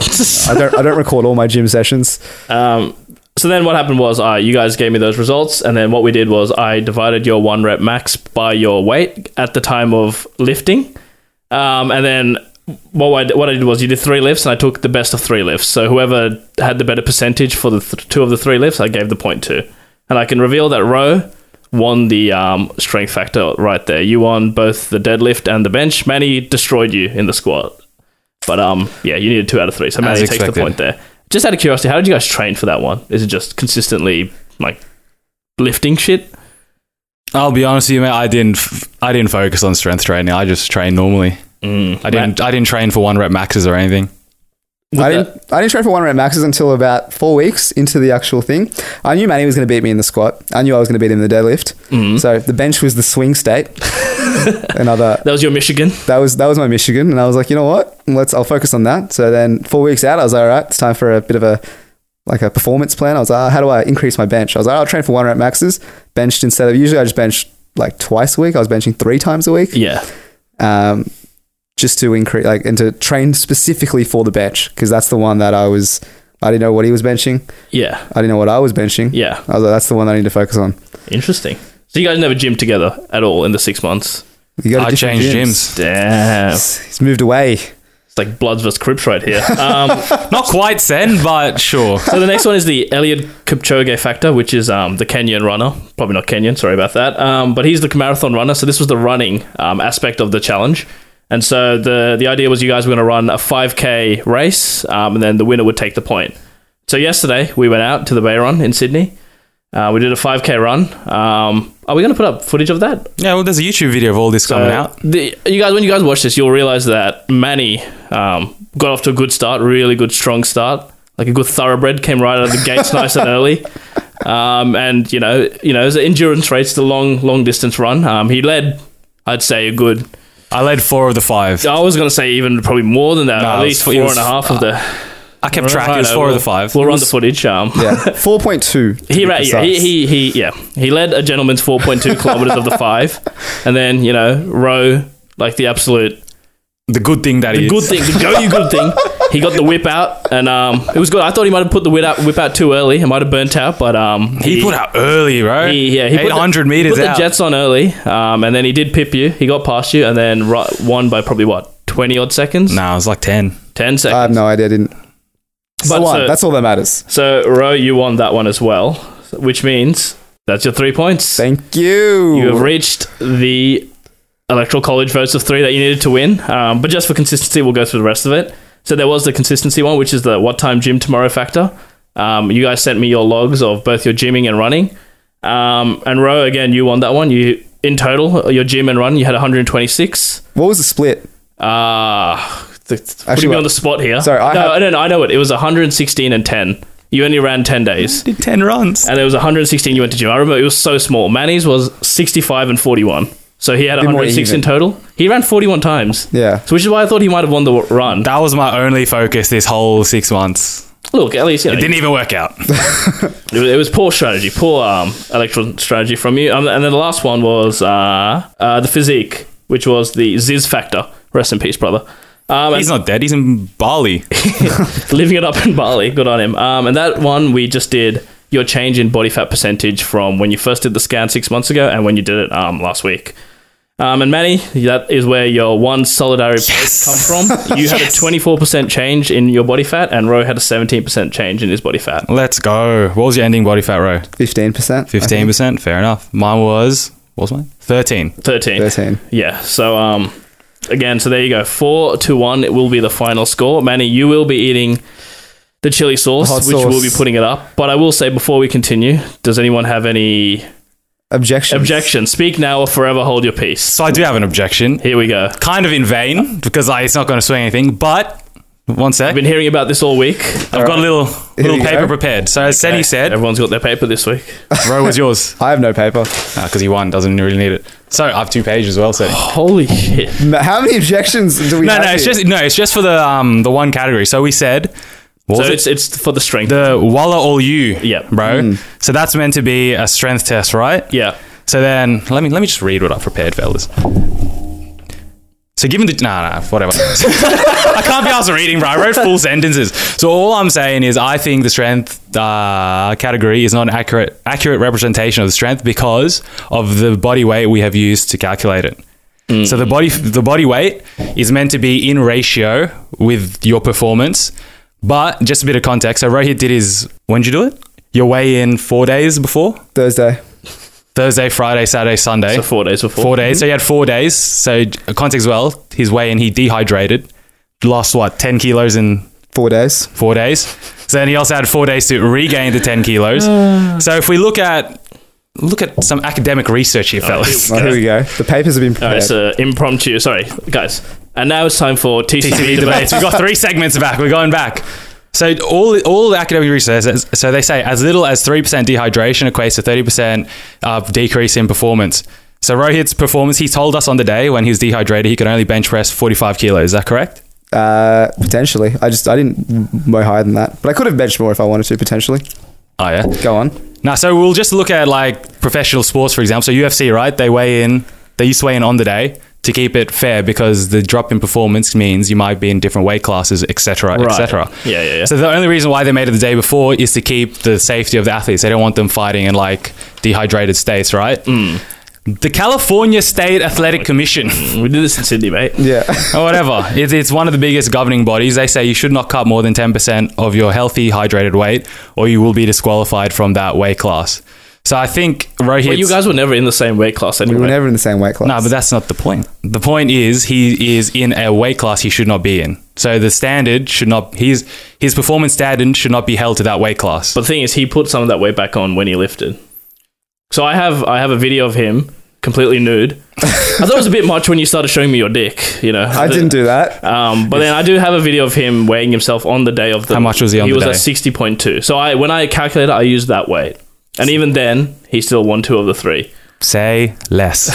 [SPEAKER 1] I don't. I don't record all my gym sessions.
[SPEAKER 3] Um, so then what happened was uh, you guys gave me those results, and then what we did was I divided your one rep max by your weight at the time of lifting, um, and then what I, what I did was you did three lifts, and I took the best of three lifts. So whoever had the better percentage for the th- two of the three lifts, I gave the point to, and I can reveal that row won the um, strength factor right there. You won both the deadlift and the bench. Manny destroyed you in the squat. But um, yeah, you needed two out of three, so Manny takes the
[SPEAKER 2] expected.
[SPEAKER 3] point there. Just out of curiosity, how did you guys train for that one? Is it just consistently like lifting shit?
[SPEAKER 2] I'll be honest with you, mate. I didn't. F- I didn't focus on strength training. I just trained normally.
[SPEAKER 3] Mm,
[SPEAKER 2] I didn't. I didn't train for one rep maxes or anything.
[SPEAKER 1] I didn't, I didn't train for one rep maxes until about four weeks into the actual thing. I knew Manny was going to beat me in the squat. I knew I was going to beat him in the deadlift. So the bench was the swing state. Another
[SPEAKER 3] That was your Michigan.
[SPEAKER 1] that was that was my Michigan, and I was like, you know what? Let's I'll focus on that. So then four weeks out, I was like, all right, it's time for a bit of a like a performance plan. I was like, "Ah, how do I increase my bench? I was like, "Oh, I'll train for one rep maxes. Benched instead of usually I just bench like twice a week. I was benching three times a week
[SPEAKER 3] Yeah.
[SPEAKER 1] um, just to increase like and to train specifically for the bench because that's the one that I was I didn't know what he was benching
[SPEAKER 3] Yeah.
[SPEAKER 1] I didn't know what I was benching
[SPEAKER 3] Yeah.
[SPEAKER 1] I was like that's the one I need to focus on
[SPEAKER 3] Interesting. So you guys never gymmed together at all in the six months?
[SPEAKER 1] you got
[SPEAKER 2] I changed gyms.
[SPEAKER 3] Damn. It's
[SPEAKER 1] he's moved away
[SPEAKER 3] like Bloods versus Crips right here. Um,
[SPEAKER 2] Not quite Sen, but sure.
[SPEAKER 3] so the next one is the Elliot Kipchoge factor, which is um, the Kenyan runner. Probably not Kenyan, sorry about that. Um, but he's the marathon runner, so this was the running um, aspect of the challenge. And so the the idea was you guys were going to run a 5k race, um, and then the winner would take the point. So yesterday we went out to the Bayron in Sydney. Uh, we did a 5k run. Um, are we going to put up footage of that?
[SPEAKER 2] Yeah. Well, there's a YouTube video of all this coming
[SPEAKER 3] Uh,
[SPEAKER 2] out.
[SPEAKER 3] the, you guys, when you guys watch this, you'll realize that Manny um, got off to a good start, really good, strong start, like a good thoroughbred, came right out of the gates nice and early. Um, and you know, you know, it was an endurance race, the long, long distance run. Um, he led, I'd say, a good.
[SPEAKER 2] I led four of the five.
[SPEAKER 3] I was going to say even probably more than that,
[SPEAKER 2] No,
[SPEAKER 3] at
[SPEAKER 2] it
[SPEAKER 3] least
[SPEAKER 2] was-
[SPEAKER 3] four
[SPEAKER 2] it
[SPEAKER 3] and
[SPEAKER 2] was-
[SPEAKER 3] a half of the.
[SPEAKER 2] I kept track. It was
[SPEAKER 3] I know,
[SPEAKER 2] four of
[SPEAKER 3] we'll-
[SPEAKER 2] the five.
[SPEAKER 3] We'll run the footage. Um,
[SPEAKER 1] yeah 4.2 to
[SPEAKER 3] he
[SPEAKER 1] be
[SPEAKER 3] ra- yeah, he,
[SPEAKER 1] precise.
[SPEAKER 3] he, he yeah he led a gentleman's 4.2 kilometers of the five and then you know row like the absolute
[SPEAKER 2] The good thing that
[SPEAKER 3] The
[SPEAKER 2] is.
[SPEAKER 3] good thing, the go you good thing. He got the whip out, and um, it was good. I thought he might have put the whip out, whip out too early. It might have burnt out, but um,
[SPEAKER 2] He put out early, bro.
[SPEAKER 3] He, yeah, he put the-
[SPEAKER 2] 800
[SPEAKER 3] he
[SPEAKER 2] meters
[SPEAKER 3] Put the
[SPEAKER 2] out.
[SPEAKER 3] Jets on early, um, and then he did pip you. He got past you, and then ro- won by probably what twenty odd seconds,
[SPEAKER 2] No, it was like 10.
[SPEAKER 1] I
[SPEAKER 3] ten
[SPEAKER 1] have
[SPEAKER 3] seconds.
[SPEAKER 1] no idea. I didn't.
[SPEAKER 3] But uh,
[SPEAKER 1] So one.
[SPEAKER 3] so-
[SPEAKER 1] That's all that matters.
[SPEAKER 3] so Ro, you won that one as well, which means that's your three points.
[SPEAKER 1] Thank you.
[SPEAKER 3] you have reached the electoral college votes of three that you needed to win. Um, but just for consistency, we'll go through the rest of it. So there was the consistency one, which is the what time gym tomorrow factor. Um, you guys sent me your logs of both your gymming and running. Um, and Ro, again, you won that one. You in total your gym and run, you had 126.
[SPEAKER 1] what was the split?
[SPEAKER 3] Uh, th- th-
[SPEAKER 1] Actually,
[SPEAKER 3] putting me
[SPEAKER 1] what-
[SPEAKER 3] on the spot here.
[SPEAKER 1] Sorry, I
[SPEAKER 3] no,
[SPEAKER 1] have-
[SPEAKER 3] no, no, I know it. It was 116 and 10. You only ran 10 days.
[SPEAKER 2] Did 10 runs.
[SPEAKER 3] And there was 116 you went to gym. I remember it was so small. Manny's was 65 and 41. So he had
[SPEAKER 1] more
[SPEAKER 3] 106
[SPEAKER 1] even.
[SPEAKER 3] in total. He ran 41 times.
[SPEAKER 1] Yeah.
[SPEAKER 3] So which is why I thought he might have won the w- run.
[SPEAKER 2] That was my only focus this whole six months.
[SPEAKER 3] Look, at least you know,
[SPEAKER 2] Didn't even work out.
[SPEAKER 3] it, was, it was poor strategy, poor um, electoral strategy from you. Um, and then the last one was uh, uh, the physique, which was the Ziz factor. Rest in peace, brother. Um, and
[SPEAKER 2] He's not dead. He's in Bali.
[SPEAKER 3] living it up in Bali. Good on him. Um, and that one we just did your change in body fat percentage from when you first did the scan six months ago and when you did it um, last week. Um, and Manny, that is where your one solidary
[SPEAKER 2] Yes.
[SPEAKER 3] come from. You had a twenty four percent change in your body fat, and Ro had a seventeen percent change in his body fat.
[SPEAKER 2] Let's go. What was your ending body fat row?
[SPEAKER 1] 15%.
[SPEAKER 2] 15%. Fair enough. Mine was, what was mine? 13.
[SPEAKER 3] Thirteen.
[SPEAKER 1] 13.
[SPEAKER 3] Yeah. So um, again, so there you go. Four to one. It will be the final score. Manny, you will be eating the chili sauce,
[SPEAKER 1] The hot
[SPEAKER 3] which
[SPEAKER 1] sauce.
[SPEAKER 3] we'll be putting it up. But I will say before we continue, does anyone have any
[SPEAKER 1] Objection.
[SPEAKER 3] objection? Speak now or forever hold your peace.
[SPEAKER 2] So I do have an objection.
[SPEAKER 3] Here we go.
[SPEAKER 2] Kind of in vain because I, it's not going to swing anything, but one sec.
[SPEAKER 3] I've been hearing about this all week.
[SPEAKER 2] I've got a little,
[SPEAKER 1] you
[SPEAKER 2] little
[SPEAKER 1] go.
[SPEAKER 2] paper prepared. So as Senny said,
[SPEAKER 3] Everyone's got their paper this week.
[SPEAKER 2] row was yours.
[SPEAKER 1] I have no paper.
[SPEAKER 2] Because he won, doesn't really need it. So I have two pages as well, Senny.
[SPEAKER 3] Holy shit.
[SPEAKER 1] M- How many objections do we
[SPEAKER 2] No,
[SPEAKER 1] have?
[SPEAKER 2] no, it's
[SPEAKER 1] here?
[SPEAKER 2] just no, it's just for the um the one category. So we said what
[SPEAKER 3] So
[SPEAKER 2] was it?
[SPEAKER 3] it's, it's for the strength.
[SPEAKER 2] The Walla all you.
[SPEAKER 3] Yep.
[SPEAKER 2] Bro. So that's meant to be a strength test, right?
[SPEAKER 3] yeah.
[SPEAKER 2] So then let me let me just read what I've prepared, fellas. So given the nah nah, whatever. I can't be asked reading, bro. I wrote full sentences. So all I'm saying is I think the strength uh, category is not an accurate accurate representation of the strength because of the body weight we have used to calculate it. So the body the body weight is meant to be in ratio with your performance. But just a bit of context. So Rohit did his when did you do it? Your weigh in four days before?
[SPEAKER 1] Thursday.
[SPEAKER 2] Thursday, Friday, Saturday, Sunday.
[SPEAKER 3] So four days before.
[SPEAKER 2] Four days. So he had four days. So uh, context well, his weigh in, he dehydrated, lost what, 10 kilos in
[SPEAKER 1] Four days.
[SPEAKER 2] four days. So then he also had four days to regain the 10 kilos. so if we look at look at some academic research here, fellas.
[SPEAKER 1] Oh, here we go. The papers have been
[SPEAKER 3] All
[SPEAKER 1] prepared.
[SPEAKER 3] right, so impromptu. Sorry, guys. And now it's time for TCB,
[SPEAKER 2] TV debates. We've got three segments back. We're going back. So all all the academic research, says- so they say as little as three percent dehydration equates to thirty percent of decrease in performance. So Rohit's performance, he told us on the day when he was dehydrated, he could only bench press forty five kilos. Is that correct?
[SPEAKER 1] Uh, potentially. I just I didn't mow higher than that, but I could have benched more if I wanted to. Potentially.
[SPEAKER 2] Oh yeah.
[SPEAKER 1] Go on.
[SPEAKER 2] Now, so we'll just look at like professional sports, for example. So UFC, right? They weigh in. They used to weigh in on the day to keep it fair because the drop in performance means you might be in different weight classes, etc.,
[SPEAKER 3] Right.
[SPEAKER 2] etc.
[SPEAKER 3] Yeah, yeah, yeah.
[SPEAKER 2] So the only reason why they made it the day before is to keep the safety of the athletes. They don't want them fighting in like dehydrated states, right?
[SPEAKER 3] Mm.
[SPEAKER 2] The California State Athletic Commission
[SPEAKER 3] We did this in Sydney, mate.
[SPEAKER 1] Yeah.
[SPEAKER 2] or whatever. It's, it's one of the biggest governing bodies. They say you should not cut more than 10% of your healthy, hydrated weight, or you will be disqualified from that weight class. So I think Rohit.
[SPEAKER 3] But you guys were never in the same weight class anyway.
[SPEAKER 1] we were never in the same weight class.
[SPEAKER 2] No, but that's not the point. The point is he is in a weight class he should not be in. So the standard should not his his performance standard should not be held to that weight class.
[SPEAKER 3] But the thing is, he put some of that weight back on when he lifted. So I have I have a video of him completely nude. I thought it was a bit much when you started showing me your dick. You know,
[SPEAKER 1] I didn't do that.
[SPEAKER 3] Um, but then I do have a video of him weighing himself on the day of the.
[SPEAKER 2] How much was he on
[SPEAKER 3] He
[SPEAKER 2] the
[SPEAKER 3] was
[SPEAKER 2] day?
[SPEAKER 3] at sixty point two. So I when I calculated, I used that weight, and even then he still won two of the three.
[SPEAKER 2] Say less.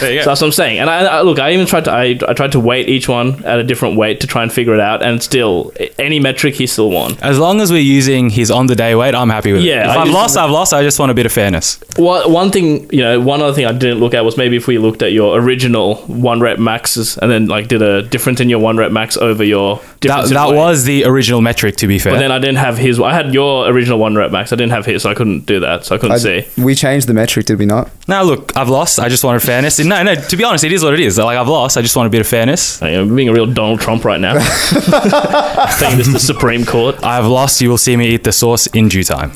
[SPEAKER 2] there you go.
[SPEAKER 3] So that's what I'm saying. And I, I look, I even tried to I, I tried to weight each one at a different weight to try and figure it out, and still any metric he still won.
[SPEAKER 2] As long as we're using his on the day weight, I'm happy with it.
[SPEAKER 3] Yeah,
[SPEAKER 2] If
[SPEAKER 3] I
[SPEAKER 2] I've
[SPEAKER 3] just-
[SPEAKER 2] lost, I've lost. I just want a bit of fairness.
[SPEAKER 3] One, one thing, you know, one other thing I didn't look at was maybe if we looked at your original one rep maxes and then like did a difference in your one rep max over your
[SPEAKER 2] That,
[SPEAKER 3] difference in
[SPEAKER 2] that
[SPEAKER 3] weight.
[SPEAKER 2] was the original metric, to be fair.
[SPEAKER 3] But then I didn't have his. I had your original one rep max. I didn't have his, so I couldn't do that. So I couldn't
[SPEAKER 1] I-
[SPEAKER 3] see.
[SPEAKER 1] we changed the metric, did we not?
[SPEAKER 2] now, look, I've lost. I just wanted fairness. No, no, to be honest, it is what it is. Like, I've lost. I just want a bit of fairness.
[SPEAKER 3] Like, I'm being a real Donald Trump right now. Taking this to the Supreme Court.
[SPEAKER 2] I've lost. You will see me eat the sauce in due time.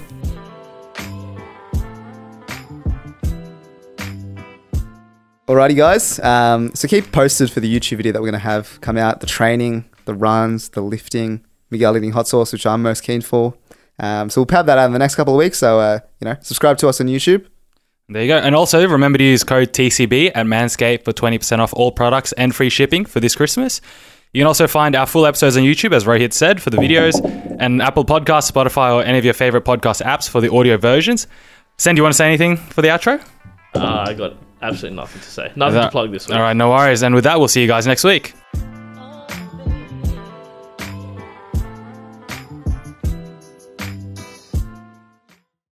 [SPEAKER 1] Alrighty, guys. Um, so keep posted for the YouTube video that we're going to have come out the training, the runs, the lifting, Miguel eating hot sauce, which I'm most keen for. Um, so we'll pad that out in the next couple of weeks. So, uh, you know, subscribe to us on YouTube.
[SPEAKER 2] There you go. And also remember to use code TCB at Manscaped for 20% off all products and free shipping for this Christmas. You can also find our full episodes on YouTube, as Rohit said, for the videos, and Apple Podcasts, Spotify, or any of your favorite podcast apps for the audio versions. Sen, do you want to say anything for the outro?
[SPEAKER 3] Uh, I got Ah, absolutely nothing to say. Nothing to plug this week.
[SPEAKER 2] All right, no worries. And with that, we'll see you guys next week.